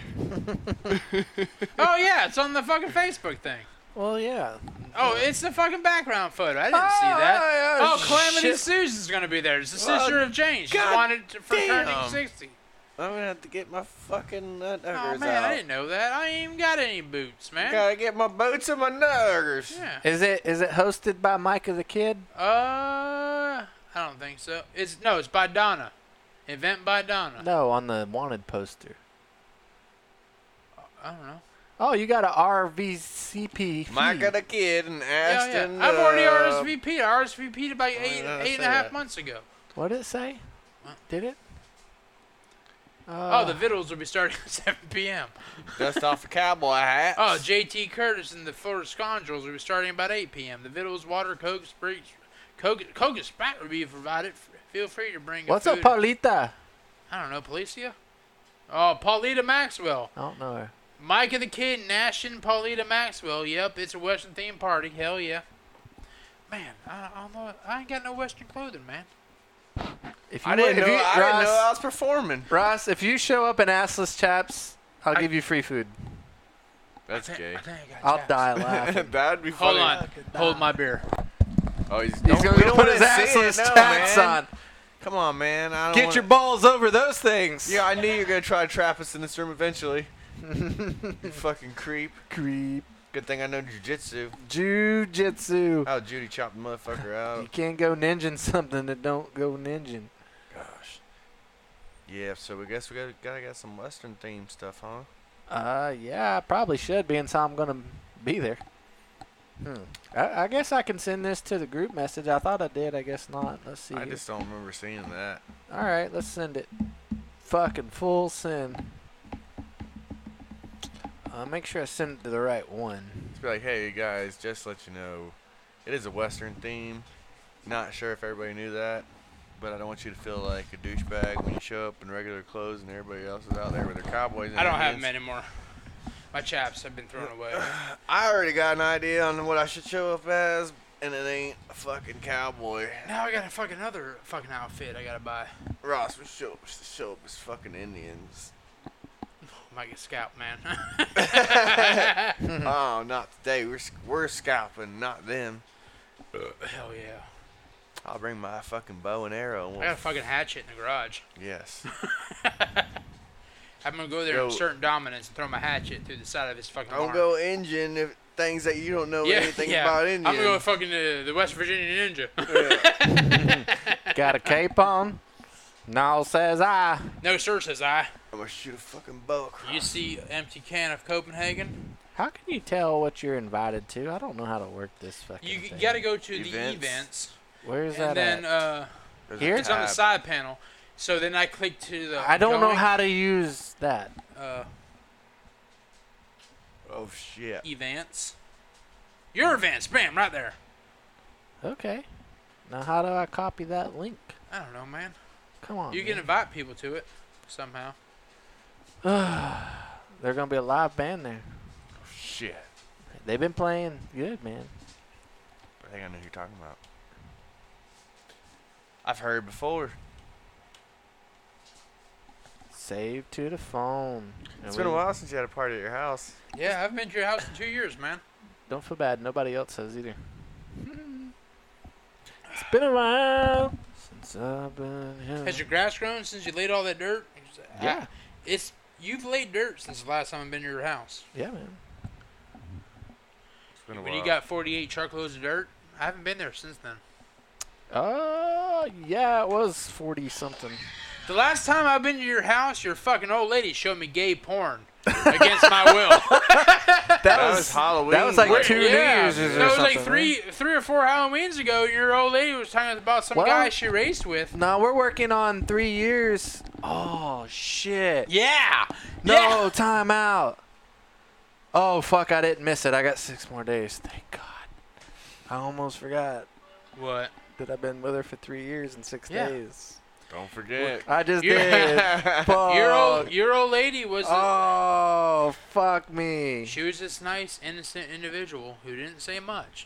Speaker 3: Oh yeah, it's on the fucking Facebook thing.
Speaker 2: Well, yeah.
Speaker 3: Oh, it's the fucking background photo. I didn't see
Speaker 2: Ah,
Speaker 3: that. Oh, Calamity Susan's gonna be there. It's the
Speaker 1: Well,
Speaker 3: sister of Jane. She's
Speaker 1: God
Speaker 3: wanted to- for turning
Speaker 1: damn.
Speaker 3: 60.
Speaker 1: I'm gonna have to get my fucking nut
Speaker 3: Oh
Speaker 1: huggers
Speaker 3: man,
Speaker 1: out.
Speaker 3: I didn't know that. I ain't even got any boots, man.
Speaker 1: Gotta get my boots and my nut huggers.
Speaker 3: Yeah.
Speaker 2: Is it is it hosted by Micah the Kid?
Speaker 3: Uh, I don't think so. It's no, it's by Donna. Event by Donna.
Speaker 2: No, on the wanted poster.
Speaker 3: I don't know.
Speaker 2: Oh, you got a RVCP.
Speaker 1: Micah the Kid and
Speaker 3: Yeah, yeah.
Speaker 1: Ashton.
Speaker 3: I've already
Speaker 1: uh,
Speaker 3: RSVP'd. I RSVP'd about
Speaker 1: why
Speaker 3: eight,
Speaker 1: did I
Speaker 3: eight and
Speaker 1: say
Speaker 3: a half
Speaker 1: that?
Speaker 3: months ago.
Speaker 2: What did it say?
Speaker 3: What?
Speaker 2: Did it? Uh,
Speaker 3: oh, the Vittles will be starting at 7 p.m.
Speaker 1: Dust off the cowboy hat.
Speaker 3: Oh, JT Curtis and the Florida Scoundrels will be starting about 8 p.m. The Vittles, water, Coke, Sprite, Coke, Coke and Sprite will be provided. F- Feel free to bring.
Speaker 2: What's
Speaker 3: a
Speaker 2: up,
Speaker 3: food.
Speaker 2: Paulita?
Speaker 3: I don't know, Policia. Oh, Paulita Maxwell.
Speaker 2: I don't know her.
Speaker 3: Mike and the Kid, Nash and Paulita Maxwell. Yep, it's a Western themed party. Hell yeah. Man, I, I don't know. I ain't got no Western clothing, man.
Speaker 2: If
Speaker 1: I didn't
Speaker 2: if
Speaker 1: know.
Speaker 2: you-
Speaker 1: I
Speaker 2: Ross,
Speaker 1: didn't know I was performing.
Speaker 2: Ross, if you show up in assless chaps, I'll
Speaker 3: I-
Speaker 2: give you free food.
Speaker 1: That's
Speaker 3: I
Speaker 1: gay.
Speaker 3: think- I think I got
Speaker 2: I'll
Speaker 3: chaps.
Speaker 2: die laughing.
Speaker 1: That'd be
Speaker 3: Hold
Speaker 1: funny.
Speaker 3: on. Hold my beer.
Speaker 1: Oh, he's,
Speaker 2: He's
Speaker 1: don't,
Speaker 2: gonna
Speaker 1: we
Speaker 2: go
Speaker 1: don't
Speaker 2: put
Speaker 1: wanna
Speaker 2: his
Speaker 1: see it,
Speaker 2: assless
Speaker 1: no,
Speaker 2: chaps
Speaker 1: man.
Speaker 2: on.
Speaker 1: Come on, man. I don't
Speaker 2: Get
Speaker 1: wanna-
Speaker 2: your balls over those things.
Speaker 1: Yeah, I knew you were gonna try to trap us in this room eventually. you fucking creep.
Speaker 2: Creep.
Speaker 1: Good thing I know jujitsu.
Speaker 2: Jujitsu.
Speaker 1: How Judy chopped the motherfucker
Speaker 2: You
Speaker 1: out.
Speaker 2: can't go ninjin something that don't go ninjin.
Speaker 1: Gosh. Yeah, so we guess we gotta gotta get some Western themed stuff, huh?
Speaker 2: Uh, yeah, I probably should be, and so I'm gonna be there. Hmm. I, I guess I can send this to the group message. I thought I did. I guess not. Let's see.
Speaker 1: I
Speaker 2: here.
Speaker 1: just don't remember seeing that.
Speaker 2: All right, let's send it. Fucking full send. Uh, make sure I send it to the right one.
Speaker 1: Just be like, hey guys, just to let you know, it is a Western theme. Not sure if everybody knew that, but I don't want you to feel like a douchebag when you show up in regular clothes and everybody else is out there with their cowboys. And
Speaker 3: I don't have them
Speaker 1: Indians.
Speaker 3: anymore. My chaps have been thrown away.
Speaker 1: I already got an idea on what I should show up as, and it ain't a fucking cowboy.
Speaker 3: Now I got a fucking other fucking outfit I gotta buy.
Speaker 1: Ross we show, we should show up as fucking Indians.
Speaker 3: Might get scalped, man.
Speaker 1: oh, not today. We're sc- we're scalping, not them.
Speaker 3: Hell yeah.
Speaker 1: I'll bring my fucking bow and arrow. And
Speaker 3: I
Speaker 1: we'll
Speaker 3: got a fucking hatchet in the garage.
Speaker 1: yes.
Speaker 3: I'm gonna go there
Speaker 1: Yo.
Speaker 3: and assert dominance and throw my hatchet through the side of his fucking
Speaker 1: Don't
Speaker 3: arm.
Speaker 1: go engine if things that you don't know anything about Indian.
Speaker 3: I'm gonna go fucking uh, the West Virginia Ninja.
Speaker 1: Yeah.
Speaker 2: Got a cape on. No, says "Ah, I.
Speaker 3: no, sir, says I.
Speaker 1: I'm gonna shoot a fucking bow across.
Speaker 3: You see empty can of Copenhagen?
Speaker 2: How can you tell what you're invited to? I don't know how to work this fucking
Speaker 3: You
Speaker 2: thing.
Speaker 3: gotta go to the
Speaker 1: Events.
Speaker 3: events,
Speaker 2: Where's that
Speaker 3: and then
Speaker 2: at?
Speaker 3: uh,
Speaker 1: There's a
Speaker 2: Here?
Speaker 3: it's on the
Speaker 1: tab.
Speaker 3: side panel. So then I click to the.
Speaker 2: I don't know
Speaker 3: uh, going,
Speaker 2: how to use that.
Speaker 3: Uh,
Speaker 1: Oh shit.
Speaker 3: events. Your events, bam, right there.
Speaker 2: Okay. Now how do I copy that link?
Speaker 3: I don't know, man.
Speaker 2: Come on.
Speaker 3: You can
Speaker 2: man.
Speaker 3: invite people to it somehow.
Speaker 2: They're gonna be a live band there.
Speaker 1: Oh, shit.
Speaker 2: They've been playing good, man.
Speaker 1: I think I know who you're talking about. I've heard before.
Speaker 2: Save to the phone. And
Speaker 1: It's been a
Speaker 2: we-
Speaker 1: while since you had a party at your house.
Speaker 3: Yeah, I haven't been to your house in two years, man.
Speaker 2: Don't feel bad. Nobody else has either. it's been a while since I've been here.
Speaker 3: Has your grass grown since you laid all that dirt?
Speaker 2: Yeah.
Speaker 3: It's you've laid dirt since the last time I've been to your house.
Speaker 2: yeah, man.
Speaker 1: It's been a
Speaker 3: When
Speaker 1: while.
Speaker 3: you got 48 truckloads of dirt, I haven't been there since then.
Speaker 2: Oh, yeah, it was 40 something.
Speaker 3: The last time I've been to your house, your fucking old lady showed me gay porn against my will.
Speaker 1: that was, Halloween.
Speaker 2: that was like
Speaker 1: like
Speaker 2: two- New Year's
Speaker 3: so
Speaker 2: or
Speaker 3: it was like
Speaker 2: something,
Speaker 3: three, three or four Halloweens ago. Your old lady was talking about some
Speaker 2: Well-
Speaker 3: guy she raced with.
Speaker 2: No, we're working on three years. Oh, shit.
Speaker 3: Yeah.
Speaker 2: No, time out. Oh, fuck, I didn't miss it. I got six more days. Thank God. I almost forgot
Speaker 3: Yeah. What?
Speaker 2: that I've been with her for three years and six
Speaker 3: Yeah.
Speaker 2: days.
Speaker 1: Don't forget.
Speaker 2: I just
Speaker 3: You're-
Speaker 2: did. Fuck.
Speaker 3: Your old, your old lady was.
Speaker 2: uh,
Speaker 3: a-
Speaker 2: Oh, fuck me.
Speaker 3: She was this nice, innocent individual who didn't say much.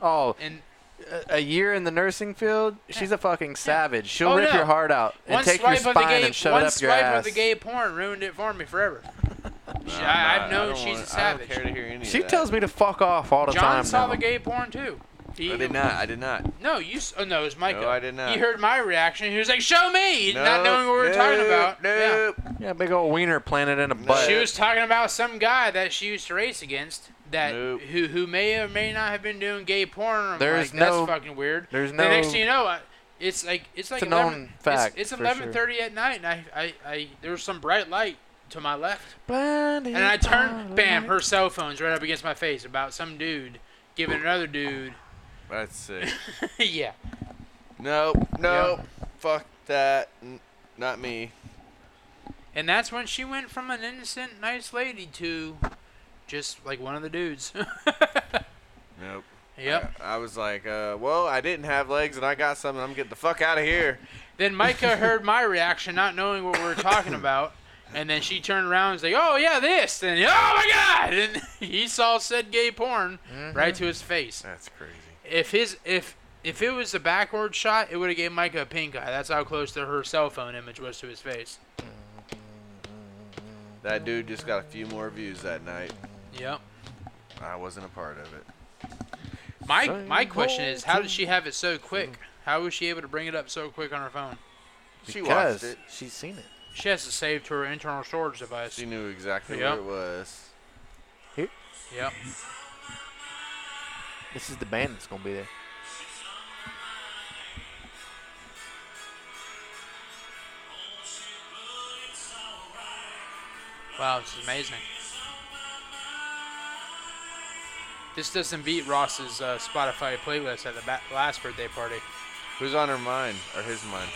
Speaker 2: Oh,
Speaker 3: And
Speaker 2: a- a year in the nursing field, she's a fucking savage. She'll
Speaker 3: Oh,
Speaker 2: rip
Speaker 3: no.
Speaker 2: your heart out and
Speaker 3: one
Speaker 2: take your
Speaker 3: swipe of the
Speaker 2: spine
Speaker 3: gay,
Speaker 2: and shove
Speaker 3: one
Speaker 2: it up your
Speaker 3: swipe
Speaker 2: ass.
Speaker 3: of the gay porn ruined it for me forever.
Speaker 1: No,
Speaker 3: She-
Speaker 1: I'm
Speaker 3: I,
Speaker 1: not-
Speaker 3: I've known
Speaker 1: don't
Speaker 3: she's
Speaker 1: wanna-
Speaker 3: a savage.
Speaker 1: I don't care to hear any
Speaker 2: she
Speaker 1: of that.
Speaker 2: tells me to fuck off all the
Speaker 3: John
Speaker 2: time.
Speaker 3: saw
Speaker 2: now.
Speaker 3: the gay porn too. He,
Speaker 1: I did not. I did not.
Speaker 3: No, you. s- Oh, no, it was Micah.
Speaker 1: I did not.
Speaker 3: He heard my reaction. He was like, "Show me," not knowing what we were talking
Speaker 1: nope,
Speaker 3: about. Yeah.
Speaker 1: Nope.
Speaker 2: Yeah, big old wiener planted in a butt.
Speaker 3: She was talking about some guy that she used to race against that
Speaker 1: Nope.
Speaker 3: who who may or may not have been doing gay porn. I'm
Speaker 2: There's
Speaker 3: like,
Speaker 2: no-
Speaker 3: that's fucking weird.
Speaker 2: There's
Speaker 3: The
Speaker 2: no-
Speaker 3: next thing you know, I, it's like it's like
Speaker 2: a known
Speaker 3: 11,
Speaker 2: fact,
Speaker 3: It's,
Speaker 2: for
Speaker 3: it's
Speaker 2: sure.
Speaker 3: 11:30 at night, and I, I I there was some bright light to my left,
Speaker 2: Blinded
Speaker 3: and I
Speaker 2: by
Speaker 3: turned, bam,
Speaker 2: light.
Speaker 3: her cell phone's right up against my face about some dude giving another dude.
Speaker 1: That's sick.
Speaker 3: yeah.
Speaker 1: Nope. Nope. Fuck that. N- not me.
Speaker 3: And that's when she went from an innocent, nice lady to just like one of the dudes.
Speaker 1: Nope.
Speaker 3: yep.
Speaker 1: I, I was like, uh, well, I didn't have legs and I got some and I'm getting the fuck out of here.
Speaker 3: Then Micah heard my reaction, not knowing what we were talking about. And then she turned around and was like, oh, yeah, this. And oh, my God. And he saw said gay porn right to his face.
Speaker 1: That's crazy.
Speaker 3: If his, if, if it was a backward shot, it would have gave Micah a pink eye. That's how close to her cell phone image was to his face.
Speaker 1: That dude just got a few more views that night.
Speaker 3: Yep.
Speaker 1: I wasn't a part of it.
Speaker 3: My,
Speaker 2: Same
Speaker 3: my question is, how did
Speaker 2: old
Speaker 3: she have it so quick? How was she able to bring it up so quick on her phone?
Speaker 1: She
Speaker 2: because
Speaker 1: watched it.
Speaker 2: she's seen it.
Speaker 3: She has to save to her internal storage device.
Speaker 1: She knew exactly
Speaker 3: Yeah.
Speaker 1: what it was.
Speaker 3: Yep.
Speaker 2: This is the band that's gonna be there.
Speaker 3: Wow, this is amazing. This doesn't beat Ross's uh, Spotify playlist at the ba- last birthday party.
Speaker 1: Who's on her mind or his mind?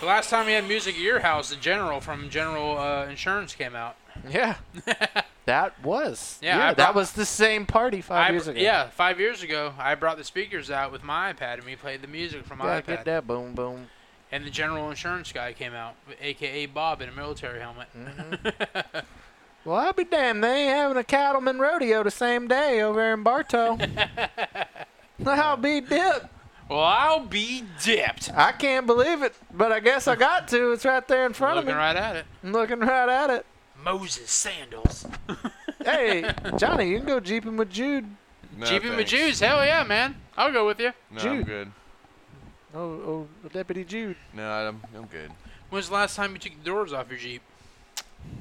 Speaker 3: The last time we had music at your house, the General from General uh, Insurance came out.
Speaker 2: Yeah. that was.
Speaker 3: Yeah, I
Speaker 2: that
Speaker 3: brought-
Speaker 2: was the same party five
Speaker 3: I
Speaker 2: years
Speaker 3: br-
Speaker 2: ago.
Speaker 3: Yeah, five years ago, I brought the speakers out with my iPad and we played the music from my
Speaker 2: Yeah, get
Speaker 3: iPad.
Speaker 2: that boom boom.
Speaker 3: And the General Insurance guy came out, aka Bob in a military helmet.
Speaker 2: Mm-hmm. Well, I'll be damned. They ain't having a cattleman rodeo the same day over in Bartow. I'll be dipped.
Speaker 3: well, I'll be dipped.
Speaker 2: I can't believe it, but I guess I got to. It's right there in front
Speaker 3: Looking
Speaker 2: of me.
Speaker 3: right at it.
Speaker 2: I'm looking right at it.
Speaker 3: Moses sandals.
Speaker 2: Hey, Johnny, you can go jeeping with Jude.
Speaker 1: No,
Speaker 3: Jeeping with
Speaker 1: thanks.
Speaker 3: Jews, hell yeah, man. I'll go with you.
Speaker 1: No, I'm
Speaker 2: Jude.
Speaker 1: good.
Speaker 2: Oh, oh, Deputy Jude.
Speaker 1: No, I'm, I'm good.
Speaker 3: When's the last time you took the doors off your Jeep?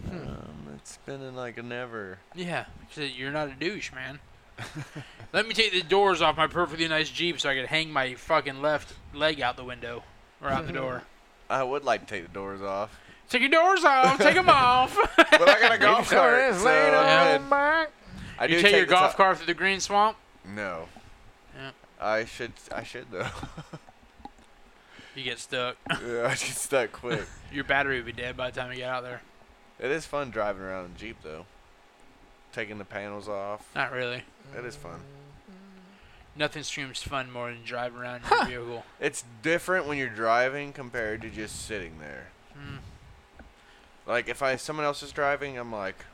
Speaker 1: Um, it's been in like a never.
Speaker 3: Yeah, 'cause you're not a douche, man. Let me take the doors off my perfectly nice Jeep so I could hang my fucking left leg out the window or out the door.
Speaker 1: I would like to take the doors off,
Speaker 3: Take your doors off. Take them off.
Speaker 1: but I got a golf
Speaker 2: So
Speaker 1: cart.
Speaker 2: it's
Speaker 1: so
Speaker 2: laid
Speaker 1: I'm
Speaker 2: on
Speaker 1: good.
Speaker 2: my-
Speaker 1: I
Speaker 3: you
Speaker 1: do
Speaker 3: take your
Speaker 1: take the
Speaker 3: golf
Speaker 1: top-
Speaker 3: cart through the green swamp.
Speaker 1: No.
Speaker 3: Yeah.
Speaker 1: I should. I should though.
Speaker 3: You get stuck.
Speaker 1: yeah, I just stuck quick.
Speaker 3: Your battery would be dead by the time you get out there.
Speaker 1: It is fun driving around in Jeep though. Taking the panels off.
Speaker 3: Not really.
Speaker 1: That is fun.
Speaker 3: Nothing screams fun more than driving around in your vehicle.
Speaker 1: It's different when you're driving compared to just sitting there.
Speaker 3: Mm.
Speaker 1: Like if I someone else is driving, I'm like,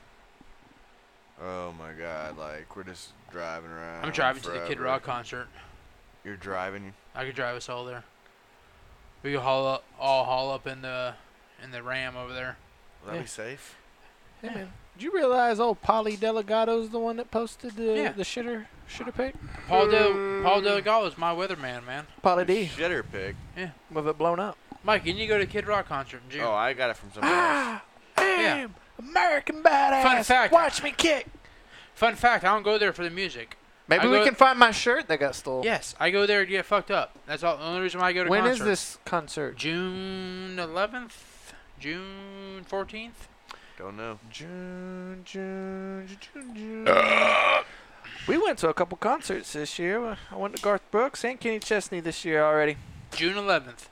Speaker 1: oh my god, like we're just driving around.
Speaker 3: I'm driving to the Kid
Speaker 1: forever."
Speaker 3: Rock concert.
Speaker 1: You're driving.
Speaker 3: I could drive us all there. We could haul up, all haul up in the in the Ram over there.
Speaker 1: Will that
Speaker 2: Yeah.
Speaker 1: be safe?
Speaker 2: Hey, man. Did you realize old Polly Delagado's the one that posted the,
Speaker 3: Yeah.
Speaker 2: the shitter shitter pic?
Speaker 3: Paul Del
Speaker 2: Mm.
Speaker 3: Paul Delgado is my weatherman, man.
Speaker 2: Polly
Speaker 1: The
Speaker 2: D
Speaker 1: Shitter pig.
Speaker 2: with it blown up.
Speaker 3: Mike, can you go to Kid Rock concert in June?
Speaker 1: Oh, I got it from somebody
Speaker 2: Ah!
Speaker 1: else.
Speaker 2: am American badass.
Speaker 3: Fun fact.
Speaker 2: Watch me kick.
Speaker 3: Fun fact: I don't go there for the music.
Speaker 2: Maybe
Speaker 3: I
Speaker 2: we
Speaker 3: go-
Speaker 2: can find my shirt that got stolen.
Speaker 3: Yes, I go there to get fucked up. That's all. The only reason why I go to
Speaker 2: When is
Speaker 3: concerts.
Speaker 2: this concert?
Speaker 3: June 11th, June 14th.
Speaker 1: Don't know.
Speaker 2: June, June, June, June. we went to a couple concerts this year. I went to Garth Brooks and Kenny Chesney this year already.
Speaker 3: June 11th.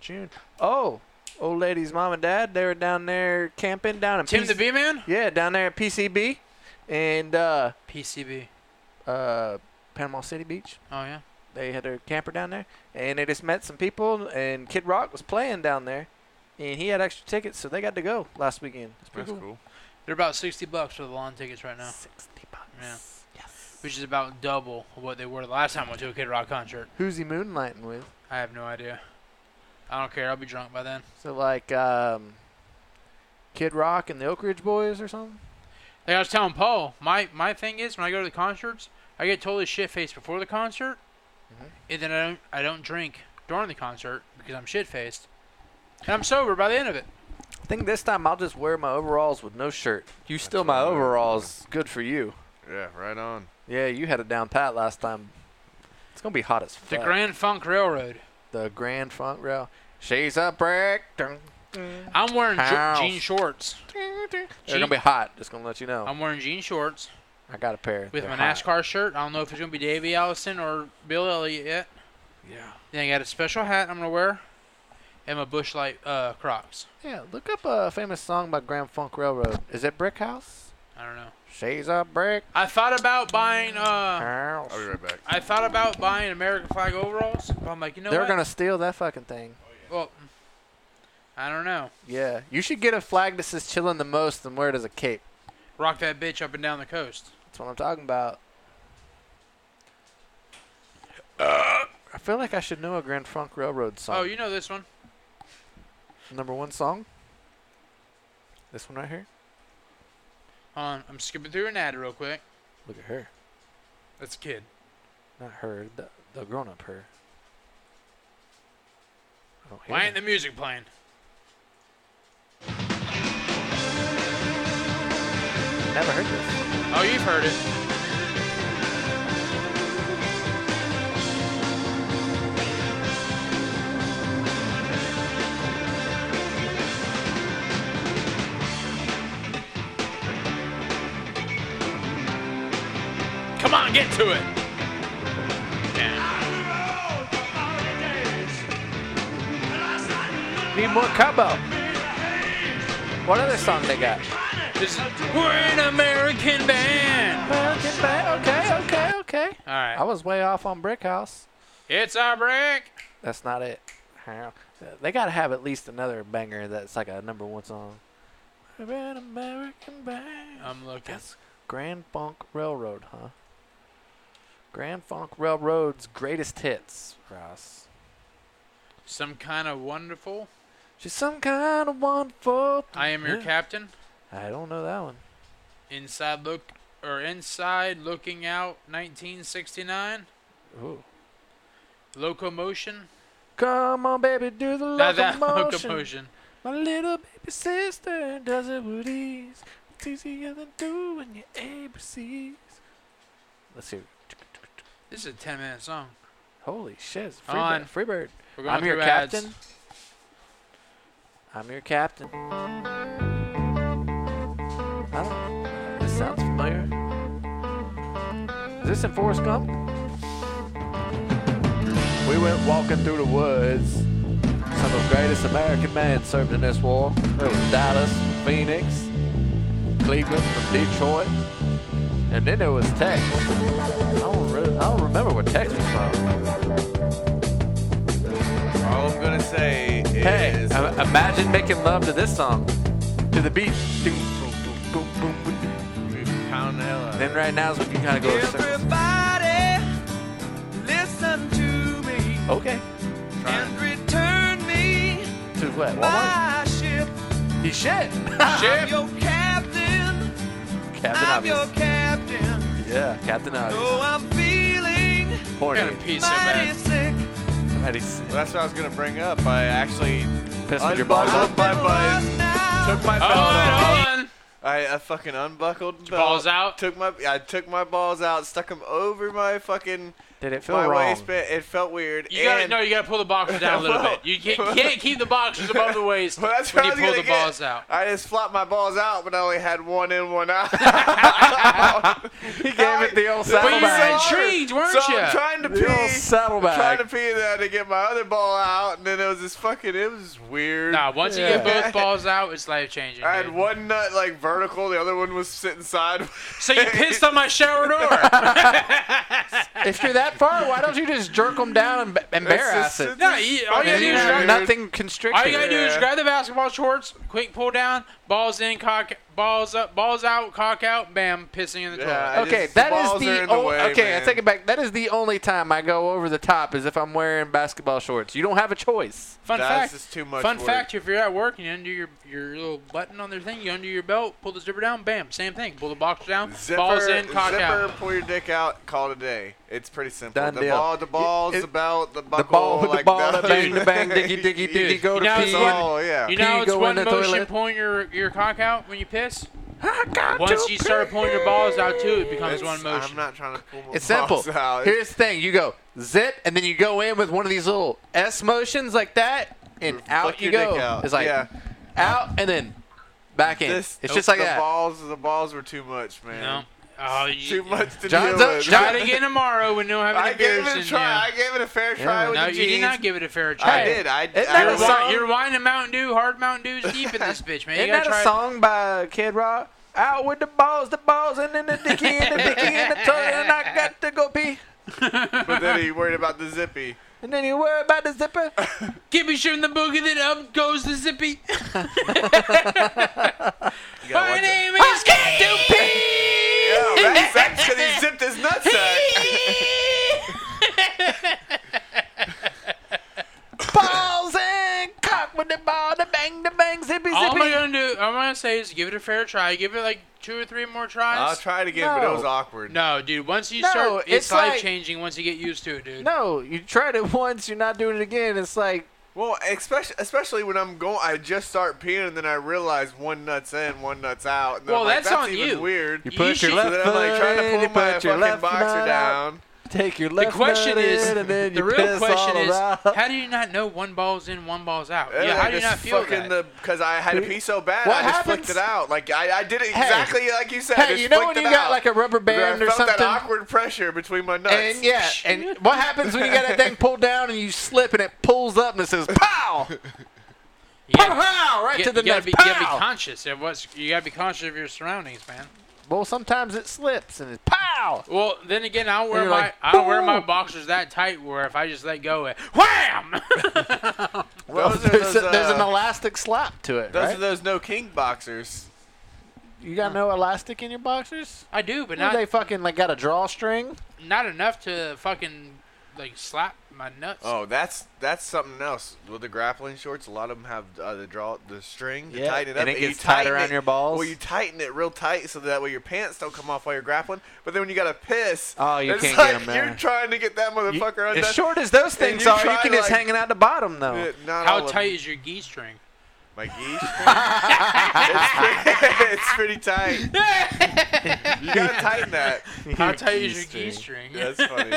Speaker 2: June. Oh, old lady's mom and dad, they were down there camping down in
Speaker 3: Tim
Speaker 2: PC
Speaker 3: the B Man.
Speaker 2: Yeah, down there at PCB and uh,
Speaker 3: PCB.
Speaker 2: uh, Panama City Beach.
Speaker 3: Oh yeah.
Speaker 2: They had their camper down there, and they just met some people. And Kid Rock was playing down there, and he had extra tickets, so they got to go last weekend. It's
Speaker 1: That's
Speaker 2: pretty cool.
Speaker 1: cool.
Speaker 3: They're about 60 bucks for the lawn tickets right now,
Speaker 2: Sixty bucks.
Speaker 3: Yeah.
Speaker 2: Yes.
Speaker 3: which is about double what they were the last time I went to a Kid Rock concert.
Speaker 2: Who's he moonlighting with?
Speaker 3: I have no idea. I don't care. I'll be drunk by then.
Speaker 2: So like, um, Kid Rock and the Oak Ridge Boys or something.
Speaker 3: Like I was telling Paul, my my thing is when I go to the concerts, I get totally shit faced before the concert,
Speaker 2: Mhm.
Speaker 3: and then I don't I don't drink during the concert because I'm shit faced, and I'm sober by the end of it.
Speaker 2: I think this time I'll just wear my overalls with no shirt. You steal
Speaker 1: what
Speaker 2: my
Speaker 1: I'm gonna do.
Speaker 2: overalls. Good for you.
Speaker 1: Yeah, right on.
Speaker 2: Yeah, you had it down pat last time. It's gonna be hot as
Speaker 3: The
Speaker 2: fuck.
Speaker 3: Grand Funk Railroad.
Speaker 2: the Grand Funk Rail. She's a brick. Dun, dun,
Speaker 3: I'm wearing
Speaker 2: House.
Speaker 3: je- jean shorts.
Speaker 2: dun, dun. They're
Speaker 3: Gee.
Speaker 2: gonna be hot. Just gonna let you know.
Speaker 3: I'm wearing jean shorts
Speaker 2: I got a pair.
Speaker 3: with
Speaker 2: They're
Speaker 3: my
Speaker 2: hot.
Speaker 3: NASCAR shirt. I don't know if it's gonna be Davey Allison or Bill Elliott yet.
Speaker 2: Yeah.
Speaker 3: Then I got a special hat I'm gonna wear, and my Bushlight uh, Crocs.
Speaker 2: Yeah. Look up a famous song by Grand Funk Railroad. Is it Brick House?
Speaker 3: I don't know.
Speaker 2: She's a brick
Speaker 3: I thought about buying. Uh,
Speaker 2: house.
Speaker 1: I'll be right back.
Speaker 3: I thought about buying American flag overalls. But I'm like, you know
Speaker 2: They're
Speaker 3: what?
Speaker 2: gonna steal that fucking thing.
Speaker 3: Well, I don't know.
Speaker 2: Yeah. You should get a flag that says "Chillin' the most" and wear it as a cape.
Speaker 3: Rock that bitch up and down the coast.
Speaker 2: That's what I'm talking about. I feel like I should know a Grand Funk Railroad song.
Speaker 3: Oh, you know this one.
Speaker 2: Number one song. This one right here.
Speaker 3: Hold on, I'm skipping through an ad real quick.
Speaker 2: Look at her.
Speaker 3: That's a kid.
Speaker 2: Not her. The, the grown up her. I don't hear
Speaker 3: Why ain't
Speaker 2: that.
Speaker 3: the music playing?
Speaker 2: Never heard this.
Speaker 3: Oh, you've heard it. Come on, get to it.
Speaker 2: Need more combo. What other song they got?
Speaker 3: This is, we're an American band.
Speaker 2: Okay, okay, okay.
Speaker 3: All
Speaker 2: I
Speaker 3: right,
Speaker 2: was way off on Brick House.
Speaker 3: it's our break.
Speaker 2: That's not it. They gotta have at least another banger that's like a number one song. We're an American band.
Speaker 3: I'm looking.
Speaker 2: That's Grand Funk Railroad, huh? Grand Funk Railroad's greatest hits, Ross.
Speaker 3: Some kind of wonderful.
Speaker 2: She's some kind of wonderful.
Speaker 3: I am your
Speaker 2: Yeah.
Speaker 3: captain.
Speaker 2: I don't know that one.
Speaker 3: Inside look or inside looking out 1969.
Speaker 2: Ooh.
Speaker 3: Locomotion.
Speaker 2: Come on, baby, do the
Speaker 3: That, that
Speaker 2: locomotion.
Speaker 3: locomotion.
Speaker 2: My little baby sister does it with ease. It's easier than doing your ABCs. Let's see.
Speaker 3: This is a 10 minute song.
Speaker 2: Holy shit! it's
Speaker 3: Come on.
Speaker 2: Freebird. Freebird.
Speaker 3: We're going
Speaker 2: I'm your
Speaker 3: through ads.
Speaker 2: captain. I'm your captain. I don't. This sounds familiar. Is this in Forrest Gump? We went walking through the woods. Some of the greatest American men served in this war. There was Dallas, from Phoenix, Cleveland, from Detroit, and then there was Tex. I don't, really, I don't remember where Tex was from.
Speaker 1: All I'm gonna say is
Speaker 2: Hey, im- imagine making love to this song, to the beat. Doom, boom, boom, boom, boom, boom.
Speaker 1: we pound the hell out. of
Speaker 2: Then
Speaker 1: it.
Speaker 2: right now is when you kind of go. in circles.
Speaker 5: Everybody, listen to me
Speaker 2: Okay.
Speaker 1: Try it.
Speaker 5: and return me
Speaker 2: To what? Walmart?
Speaker 5: my ship.
Speaker 2: He shit.
Speaker 5: I'm your captain.
Speaker 2: Captain
Speaker 5: I'm your
Speaker 2: Obvious.
Speaker 5: captain.
Speaker 2: Yeah, Captain
Speaker 5: Oh,
Speaker 2: Obvious.
Speaker 5: I'm feeling
Speaker 2: Horny.
Speaker 3: Gotta pee so
Speaker 5: mighty
Speaker 3: bad.
Speaker 5: sick.
Speaker 2: Somebody's
Speaker 1: Well, that's what I was gonna bring up. I actually
Speaker 2: pissing your
Speaker 1: Unbuckled
Speaker 2: balls up.
Speaker 1: my
Speaker 5: Been lost
Speaker 1: buttons,
Speaker 5: now.
Speaker 1: took my belt
Speaker 3: Hold on,
Speaker 1: off.
Speaker 3: hold on.
Speaker 1: I, I fucking unbuckled the
Speaker 3: balls
Speaker 1: belt,
Speaker 3: out?
Speaker 1: Took my I took my balls out, stuck them over my fucking
Speaker 2: Did it feel
Speaker 1: my
Speaker 2: wrong?
Speaker 1: waistband. It felt weird.
Speaker 3: You gotta
Speaker 1: and
Speaker 3: no, you gotta pull the boxers down a little
Speaker 1: Well-
Speaker 3: bit. You can't, you can't keep the boxers above the waist
Speaker 1: Well, that's
Speaker 3: when
Speaker 1: what
Speaker 3: you
Speaker 1: I was
Speaker 3: pull
Speaker 1: gonna
Speaker 3: the
Speaker 1: get.
Speaker 3: balls out.
Speaker 1: I just flopped my balls out, but I only had one in, one out.
Speaker 2: He gave it the old
Speaker 1: But
Speaker 3: But you were
Speaker 2: saddlebag.
Speaker 1: said-
Speaker 3: intrigued,
Speaker 1: so
Speaker 3: weren't you?
Speaker 1: I'm trying to
Speaker 2: The old
Speaker 1: pee. Trying to
Speaker 2: saddlebag.
Speaker 1: pee that to get my other ball out, and then it was just fucking. It was weird.
Speaker 3: Nah, once you
Speaker 2: Yeah.
Speaker 3: get both balls out, it's life changing.
Speaker 1: I had one nut like vertical, the other one was sitting side.
Speaker 3: So you pissed on my shower door.
Speaker 2: If you're that far, why don't you just jerk them down and, b- and
Speaker 1: It's
Speaker 2: bare ass
Speaker 1: just-
Speaker 2: it?
Speaker 1: it's
Speaker 3: no,
Speaker 1: just
Speaker 3: you, all
Speaker 1: fucking
Speaker 3: you gotta do is
Speaker 1: weird.
Speaker 3: grab,
Speaker 1: not-
Speaker 2: Nothing constricted.
Speaker 3: all you gotta do is
Speaker 1: Yeah.
Speaker 3: grab the basketball shorts, quick pull down, balls in, cock, balls up, balls out, cock out, bam, pissing in the
Speaker 1: Yeah,
Speaker 3: toilet.
Speaker 1: I
Speaker 2: Okay,
Speaker 1: just- the
Speaker 2: that is
Speaker 1: balls are
Speaker 2: the,
Speaker 1: in the
Speaker 2: only.
Speaker 1: way,
Speaker 2: Okay, I
Speaker 1: man.
Speaker 2: take it back. That is the only time I go over the top is if I'm wearing basketball shorts. You don't have a choice.
Speaker 3: Fun
Speaker 1: That's
Speaker 3: fact.
Speaker 1: just too much
Speaker 3: Fun
Speaker 1: work.
Speaker 3: fact: If you're at work and you undo your your little button on their thing, you undo your belt, pull the zipper down, bam, same thing. Pull the box down,
Speaker 1: Zipper,
Speaker 3: balls in, cock
Speaker 1: zipper,
Speaker 3: out.
Speaker 1: pull your dick out, call it a day. It's pretty simple.
Speaker 2: Done
Speaker 1: the
Speaker 2: deal.
Speaker 1: ball, the balls,
Speaker 2: It-
Speaker 1: the belt, the buckle,
Speaker 2: the ball, the
Speaker 1: like
Speaker 2: ball,
Speaker 1: that.
Speaker 2: the bang, the bang, diggy, diggy, diggy, go
Speaker 3: You
Speaker 2: to
Speaker 3: know,
Speaker 2: pee.
Speaker 1: It's all, yeah.
Speaker 3: You
Speaker 2: Pee,
Speaker 3: know, it's
Speaker 2: go
Speaker 3: one
Speaker 2: in the
Speaker 3: motion
Speaker 2: toilet.
Speaker 3: pulling your, your cock out when you piss.
Speaker 2: I got
Speaker 3: Once
Speaker 2: to
Speaker 3: you start
Speaker 2: pee.
Speaker 3: pulling your balls out too, it becomes
Speaker 1: It's-
Speaker 3: one motion.
Speaker 1: I'm not trying to pull my
Speaker 2: It's simple.
Speaker 1: balls out.
Speaker 2: Here's the thing: you go zip, and then you go in with one of these little S motions like that, and out
Speaker 1: Flick
Speaker 2: you
Speaker 1: your
Speaker 2: go.
Speaker 1: dick out.
Speaker 2: It's like
Speaker 1: yeah.
Speaker 2: out and then back in.
Speaker 1: This,
Speaker 2: it's just like
Speaker 1: the
Speaker 2: that.
Speaker 1: balls, the balls were too much, man.
Speaker 3: No. Oh,
Speaker 1: Too
Speaker 3: you,
Speaker 1: much to
Speaker 2: John's
Speaker 1: deal
Speaker 2: up,
Speaker 1: with.
Speaker 3: try it again tomorrow when no having
Speaker 1: I
Speaker 3: a
Speaker 1: gave
Speaker 3: beers
Speaker 1: it a
Speaker 3: in
Speaker 1: try. I
Speaker 3: you.
Speaker 1: gave it a fair try
Speaker 2: Yeah.
Speaker 1: with
Speaker 3: No,
Speaker 1: the
Speaker 3: you
Speaker 1: jeans.
Speaker 3: did not give it a fair try.
Speaker 1: I did. I,
Speaker 2: Isn't
Speaker 1: I
Speaker 2: that
Speaker 3: You're,
Speaker 2: a
Speaker 1: was-
Speaker 2: song?
Speaker 3: wi- you're whining Mountain Dew, hard Mountain Dew's deep in this bitch, man. You
Speaker 2: Isn't
Speaker 3: gotta
Speaker 2: that
Speaker 3: try.
Speaker 2: a
Speaker 3: it.
Speaker 2: song by Kid Rock? Out with the balls, the balls, and then the dicky, and the dicky, and the toilet, and I got to go pee.
Speaker 1: but then he worried about the zippy.
Speaker 2: And then you worry about the zipper.
Speaker 3: Give me shooting the boogie, then up goes the zippy.
Speaker 1: You gotta
Speaker 3: My
Speaker 1: watch it.
Speaker 3: name is Captain
Speaker 1: Yeah,
Speaker 3: P.
Speaker 1: that's because he zipped his nutsack.
Speaker 2: balls and cock with the ball, the bang, the bang, zippy,
Speaker 3: All I'm
Speaker 2: zippy.
Speaker 3: gonna do, all I'm gonna say is give it a fair try. Give it like two or three more tries.
Speaker 1: I'll try it again, but
Speaker 2: No.
Speaker 1: it was awkward.
Speaker 3: No, dude. Once you
Speaker 2: No,
Speaker 3: start, it's,
Speaker 2: it's like-
Speaker 3: life changing. Once you get used to it, dude.
Speaker 2: no, you tried it once, you're not doing it again. It's like,
Speaker 1: Well, especially especially when I'm going, I just start peeing, and then I realize one nut's in, one nut's out. And then
Speaker 3: Well,
Speaker 1: I'm like,
Speaker 3: that's on
Speaker 1: even
Speaker 3: you.
Speaker 1: Weird.
Speaker 3: You put your
Speaker 1: so
Speaker 2: left
Speaker 1: then I'm like
Speaker 2: foot
Speaker 1: trying
Speaker 2: in,
Speaker 1: to
Speaker 2: you
Speaker 1: pull my
Speaker 2: put your
Speaker 1: fucking
Speaker 2: left
Speaker 1: boxer
Speaker 2: nut out.
Speaker 1: down.
Speaker 2: take your
Speaker 3: The
Speaker 2: left
Speaker 3: question
Speaker 2: nut
Speaker 3: is,
Speaker 2: in, and then you
Speaker 3: the real
Speaker 2: piss
Speaker 3: question
Speaker 2: all
Speaker 3: is,
Speaker 2: around.
Speaker 3: how do you not know one ball's in, one ball's out?
Speaker 1: And
Speaker 3: Yeah,
Speaker 1: I
Speaker 3: how do you
Speaker 1: just
Speaker 3: not feel
Speaker 1: fucking
Speaker 3: that?
Speaker 1: Because I had to
Speaker 2: Dude,
Speaker 1: pee so bad,
Speaker 2: what
Speaker 1: I just
Speaker 2: happens-
Speaker 1: flicked it out. Like I, I did it exactly like you said. I
Speaker 2: Hey,
Speaker 1: just
Speaker 2: you know when
Speaker 1: flicked
Speaker 2: you
Speaker 1: it
Speaker 2: got
Speaker 1: out.
Speaker 2: like a rubber
Speaker 1: But
Speaker 2: band
Speaker 1: I
Speaker 2: or
Speaker 1: felt
Speaker 2: something?
Speaker 1: that awkward pressure between my nuts.
Speaker 2: And yeah, and what happens when you got that thing pulled down and you slip and it pulls up and it says pow,
Speaker 3: you gotta,
Speaker 2: pow, right
Speaker 3: you
Speaker 2: to
Speaker 3: gotta-
Speaker 2: the
Speaker 3: you gotta
Speaker 2: neck.
Speaker 3: be, you gotta be
Speaker 2: Pow.
Speaker 3: conscious of what's. You gotta be conscious of your surroundings, man.
Speaker 2: Well, sometimes it slips and it's pow.
Speaker 3: Well, then again, I don't wear
Speaker 2: you're
Speaker 3: my
Speaker 2: like,
Speaker 3: I don't wear my
Speaker 2: "Boom."
Speaker 3: boxers that tight. Where if I just let go, it wham.
Speaker 2: Well,
Speaker 1: Those are
Speaker 2: there's,
Speaker 1: those,
Speaker 2: a- there's an
Speaker 1: uh,
Speaker 2: elastic slap to it,
Speaker 1: Those
Speaker 2: right?
Speaker 1: are those no king boxers.
Speaker 2: you got no elastic in your boxers?
Speaker 3: I do, but
Speaker 2: What,
Speaker 3: not
Speaker 2: they fucking like got a drawstring?
Speaker 3: not enough to fucking like slap my nuts.
Speaker 1: Oh, that's that's something else with the grappling shorts. A lot of them have uh, the draw the string to tighten it up,
Speaker 2: and it
Speaker 1: you
Speaker 2: gets tight
Speaker 1: tighten
Speaker 2: around
Speaker 1: it-
Speaker 2: your balls.
Speaker 1: Well, you tighten it real tight so that way your pants don't come off while you're grappling. But then when you gotta piss,
Speaker 2: Oh, you
Speaker 1: it's
Speaker 2: can't
Speaker 1: like
Speaker 2: get 'em there.
Speaker 1: You're trying to get that
Speaker 2: You-
Speaker 1: motherfucker undone.
Speaker 2: as short as those
Speaker 1: and
Speaker 2: things
Speaker 1: you
Speaker 2: are, you
Speaker 1: try,
Speaker 2: can just
Speaker 1: like-
Speaker 2: hanging out the bottom though.
Speaker 1: Uh, not all
Speaker 3: How
Speaker 1: of 'em.
Speaker 3: tight is your gee string?
Speaker 1: My geese. it's, pretty, it's pretty tight. You gotta tighten that.
Speaker 3: How tight is your gee string?
Speaker 1: That's funny.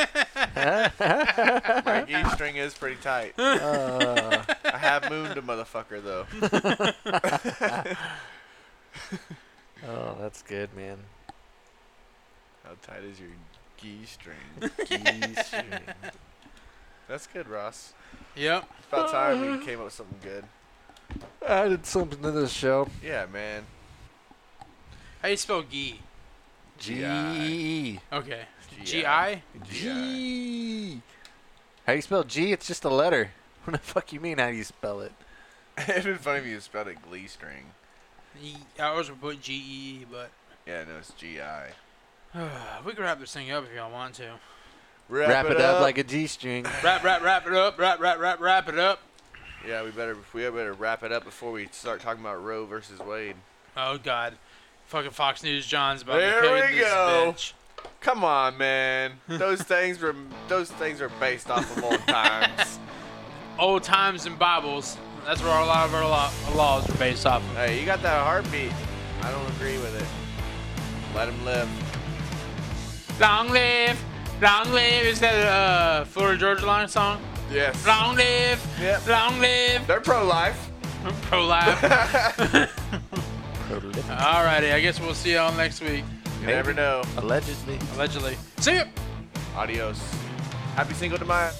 Speaker 1: My geese string is pretty tight.
Speaker 2: Uh,
Speaker 1: I have mooned a motherfucker though.
Speaker 2: oh, that's good, man.
Speaker 1: How tight is your gee string? That's good, Ross.
Speaker 3: Yep.
Speaker 1: It's about time we came up with something good.
Speaker 2: Added something to this show.
Speaker 1: Yeah, man.
Speaker 3: How you spell gee?
Speaker 2: E G.
Speaker 3: Okay. G
Speaker 1: G-I.
Speaker 3: I.
Speaker 1: G-I.
Speaker 2: G. E How you spell G? It's just a letter. What the fuck you mean? How do you spell it?
Speaker 1: It'd been funny if you spelled it glee string.
Speaker 3: E, I always would put G E E, but
Speaker 1: Yeah, no, it's G I.
Speaker 3: we can wrap this thing up if y'all want to.
Speaker 2: Wrap it up like a G string.
Speaker 3: Wrap, wrap, wrap it up. Wrap, wrap, wrap, wrap it up.
Speaker 1: Yeah, we better we better wrap it up before we start talking about Roe versus Wade.
Speaker 3: Oh God. Fucking Fox News John's about
Speaker 1: There
Speaker 3: to kill
Speaker 1: we
Speaker 3: this
Speaker 1: go.
Speaker 3: bitch.
Speaker 1: Come on, man. Those things were those things are based off of old times.
Speaker 3: Old times and Bibles. That's where a lot of our law- laws are based off of.
Speaker 1: Hey, you got that heartbeat. I don't agree with it. Let him live.
Speaker 3: Long live, long live. Is that a uh, Florida Georgia Line song?
Speaker 1: Yes.
Speaker 3: Long live,
Speaker 1: Yep.
Speaker 3: long live.
Speaker 1: They're pro life.
Speaker 3: I'm pro life. Alrighty, I guess we'll see y'all next week.
Speaker 1: You never know.
Speaker 2: Allegedly.
Speaker 3: Allegedly. See ya.
Speaker 1: Adios. Happy single to my